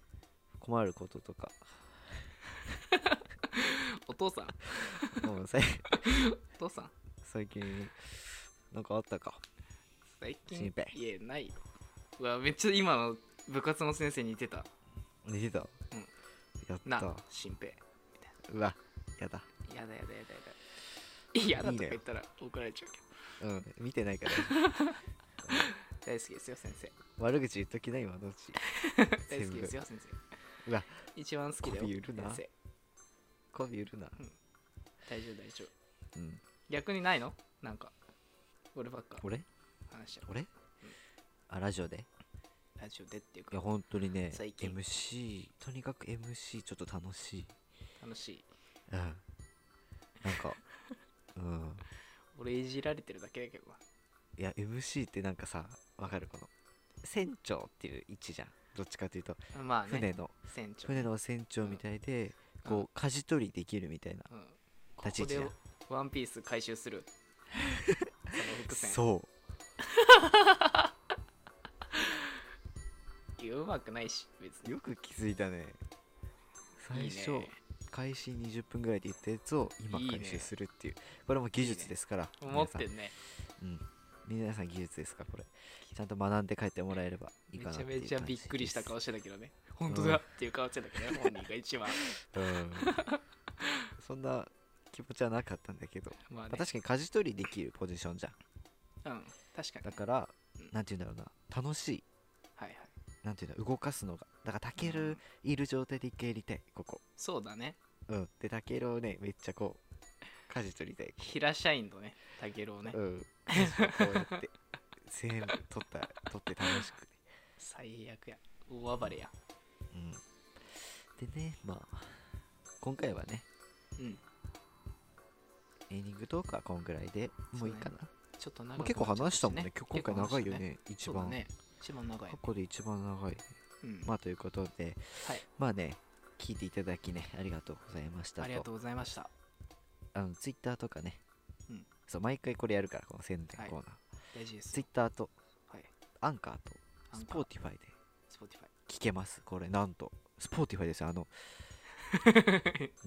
Speaker 1: 困ることとか
Speaker 2: お父さん
Speaker 1: もうさい
Speaker 2: お父さん
Speaker 1: 最近なんかあったか
Speaker 2: 最
Speaker 1: 心
Speaker 2: 近
Speaker 1: 配
Speaker 2: いえないようわめっちゃ今の部活の先生に似てた
Speaker 1: 寝てた、
Speaker 2: ん
Speaker 1: やった
Speaker 2: な新平
Speaker 1: うわやだ
Speaker 2: やだやだやだやだやだ
Speaker 1: いい
Speaker 2: と
Speaker 1: ね
Speaker 2: か言ったら怒られちゃうけど
Speaker 1: うん見てないから大丈夫
Speaker 2: 大好きですよ先生
Speaker 1: 悪口言っときな今のうち
Speaker 2: 大好きですよ先生
Speaker 1: うわ
Speaker 2: 一番好きだよ
Speaker 1: 媚び売るな
Speaker 2: 先
Speaker 1: 媚び売るな
Speaker 2: 生大丈夫大丈夫
Speaker 1: うん
Speaker 2: 逆にないのなんか俺ばっか
Speaker 1: 俺
Speaker 2: 話してる
Speaker 1: 俺あラジオで
Speaker 2: ラジオでっていう
Speaker 1: いや
Speaker 2: か
Speaker 1: 本当にね
Speaker 2: 最近
Speaker 1: MC とにかく MC ちょっと楽しい
Speaker 2: 楽しい
Speaker 1: うんなんか うん
Speaker 2: 俺いじられてるだけだけどない
Speaker 1: や MC ってなんかさわかるこの船長っていう位置じゃんどっちかというと
Speaker 2: まあね
Speaker 1: 船の
Speaker 2: 船長
Speaker 1: 船の船長みたいで
Speaker 2: うん
Speaker 1: こう舵取りできるみたいな
Speaker 2: うん、こ
Speaker 1: 立ち位
Speaker 2: こ
Speaker 1: 置だ
Speaker 2: でワンピース回収 するその伏線
Speaker 1: そう
Speaker 2: いやうまくないし別に
Speaker 1: よく気づいたね
Speaker 2: い
Speaker 1: 最
Speaker 2: い
Speaker 1: 初
Speaker 2: ね
Speaker 1: 開始20分ぐらいで言ったやつを今
Speaker 2: いいね
Speaker 1: 回収するっていうこれも技
Speaker 2: いい
Speaker 1: 術
Speaker 2: ね
Speaker 1: ですから
Speaker 2: 思ってんね
Speaker 1: 皆さん皆さん技術ですかこれちゃんと学んで帰ってもらえればいい
Speaker 2: め
Speaker 1: かなっ
Speaker 2: ち
Speaker 1: て
Speaker 2: ゃ
Speaker 1: いう
Speaker 2: めちゃびっくりした顔
Speaker 1: し
Speaker 2: してたけどね本当だっていう顔してたけどね本人が一番
Speaker 1: うん そんな気持ちはなかったんだけど、
Speaker 2: まあ
Speaker 1: ま
Speaker 2: ね
Speaker 1: あ、確かに舵取りできるポジションじゃん
Speaker 2: うん確かに
Speaker 1: だから
Speaker 2: うん
Speaker 1: なんて言うんだろうな楽しい
Speaker 2: はいはい
Speaker 1: なんていうんだ動かすのがだからタケ
Speaker 2: う
Speaker 1: ル
Speaker 2: ん
Speaker 1: いる状態で一回やりたいここ
Speaker 2: そうだね
Speaker 1: うんでタケルをねめっちゃこう舵取りたい
Speaker 2: 平社員とねタケルをね、
Speaker 1: うん舵をこうやって全部取った取って楽しくね
Speaker 2: 最悪や大暴れや
Speaker 1: うんでねまあ今回はね
Speaker 2: うん
Speaker 1: エンディングトークはこんぐらいでもういいかな、
Speaker 2: ちょっと長
Speaker 1: まあ
Speaker 2: く
Speaker 1: 結構話したもんね
Speaker 2: なっちゃ
Speaker 1: 今
Speaker 2: っ
Speaker 1: 日今回長いよね
Speaker 2: 結
Speaker 1: 一
Speaker 2: 構話した
Speaker 1: 番、
Speaker 2: ねそうだね一番長い
Speaker 1: 過、去で一番長い
Speaker 2: うん
Speaker 1: まあということで、
Speaker 2: はい
Speaker 1: まあね聞いていただきねありがとうございました
Speaker 2: ありがとうございました
Speaker 1: あのツイッターとかね、
Speaker 2: うん
Speaker 1: そう毎回これやるからこの宣伝
Speaker 2: はい
Speaker 1: コーナー、
Speaker 2: 大事です
Speaker 1: ツイッターと
Speaker 2: はい
Speaker 1: アンカーとスポーテ
Speaker 2: テ
Speaker 1: ィファイで
Speaker 2: ィスポーティファイ
Speaker 1: 聞けますこれなんとスポーティファイですよあ の、う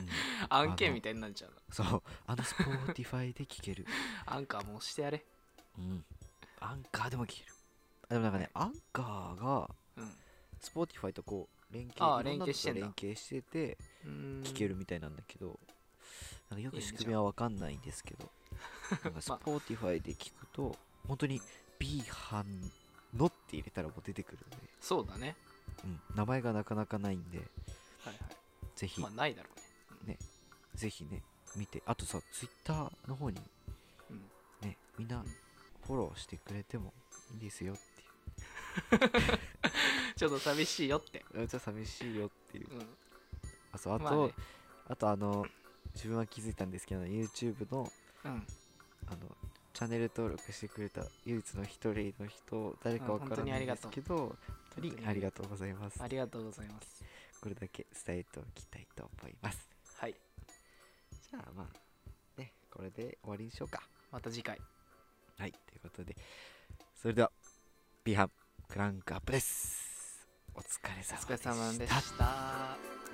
Speaker 1: ん
Speaker 2: 案件みたいになっちゃうの
Speaker 1: そうあのスポーティファイで聞ける、
Speaker 2: アンカーも押してやれ
Speaker 1: うん、アンカーでも聞けるあでもなんかね、アンカーが
Speaker 2: うん
Speaker 1: スポーティファイとこう連携
Speaker 2: あー
Speaker 1: いろんなとこ
Speaker 2: 連携してんだ
Speaker 1: 連携してて
Speaker 2: うーん
Speaker 1: 聞けるみたいなんだけど、なんかよ
Speaker 2: いい
Speaker 1: く
Speaker 2: ね
Speaker 1: 仕組みは分かんないんです けど、なんか
Speaker 2: まあ
Speaker 1: Spotify で聞くと、本当に B 班のって入れたらもう出てくるんで、
Speaker 2: そうだね
Speaker 1: うん、名前がなかなかないんで、
Speaker 2: はいは
Speaker 1: ぜ
Speaker 2: い
Speaker 1: ひ
Speaker 2: まあ、ないだろうねうん
Speaker 1: ねぜひね、見て、あとさ、Twitter の方に
Speaker 2: うん
Speaker 1: ね、みんなフォローしてくれてもいいですよって
Speaker 2: ちょっと寂しいよって
Speaker 1: いう、うん、ちょっと寂しいよっていう
Speaker 2: う。ん
Speaker 1: あそうあと、
Speaker 2: ま
Speaker 1: あ
Speaker 2: あね
Speaker 1: とあの、自分は気づいたんですけど、YouTube の
Speaker 2: うん
Speaker 1: あのチャンネル登録してくれた唯一の一人の人誰かわ
Speaker 2: うん
Speaker 1: から
Speaker 2: 本当に
Speaker 1: な
Speaker 2: あ
Speaker 1: い
Speaker 2: り
Speaker 1: で
Speaker 2: が
Speaker 1: す
Speaker 2: とう
Speaker 1: けど本当
Speaker 2: 本当
Speaker 1: に
Speaker 2: に
Speaker 1: ありがとうございます
Speaker 2: ありがとうございます
Speaker 1: これだけ伝えておきたいと思います
Speaker 2: はい
Speaker 1: じゃあまあねこれで終わりにしようか
Speaker 2: また次回
Speaker 1: はいということでそれでは B 班クランクアップですお疲れ
Speaker 2: お
Speaker 1: 様
Speaker 2: 疲れ様で
Speaker 1: でした
Speaker 2: した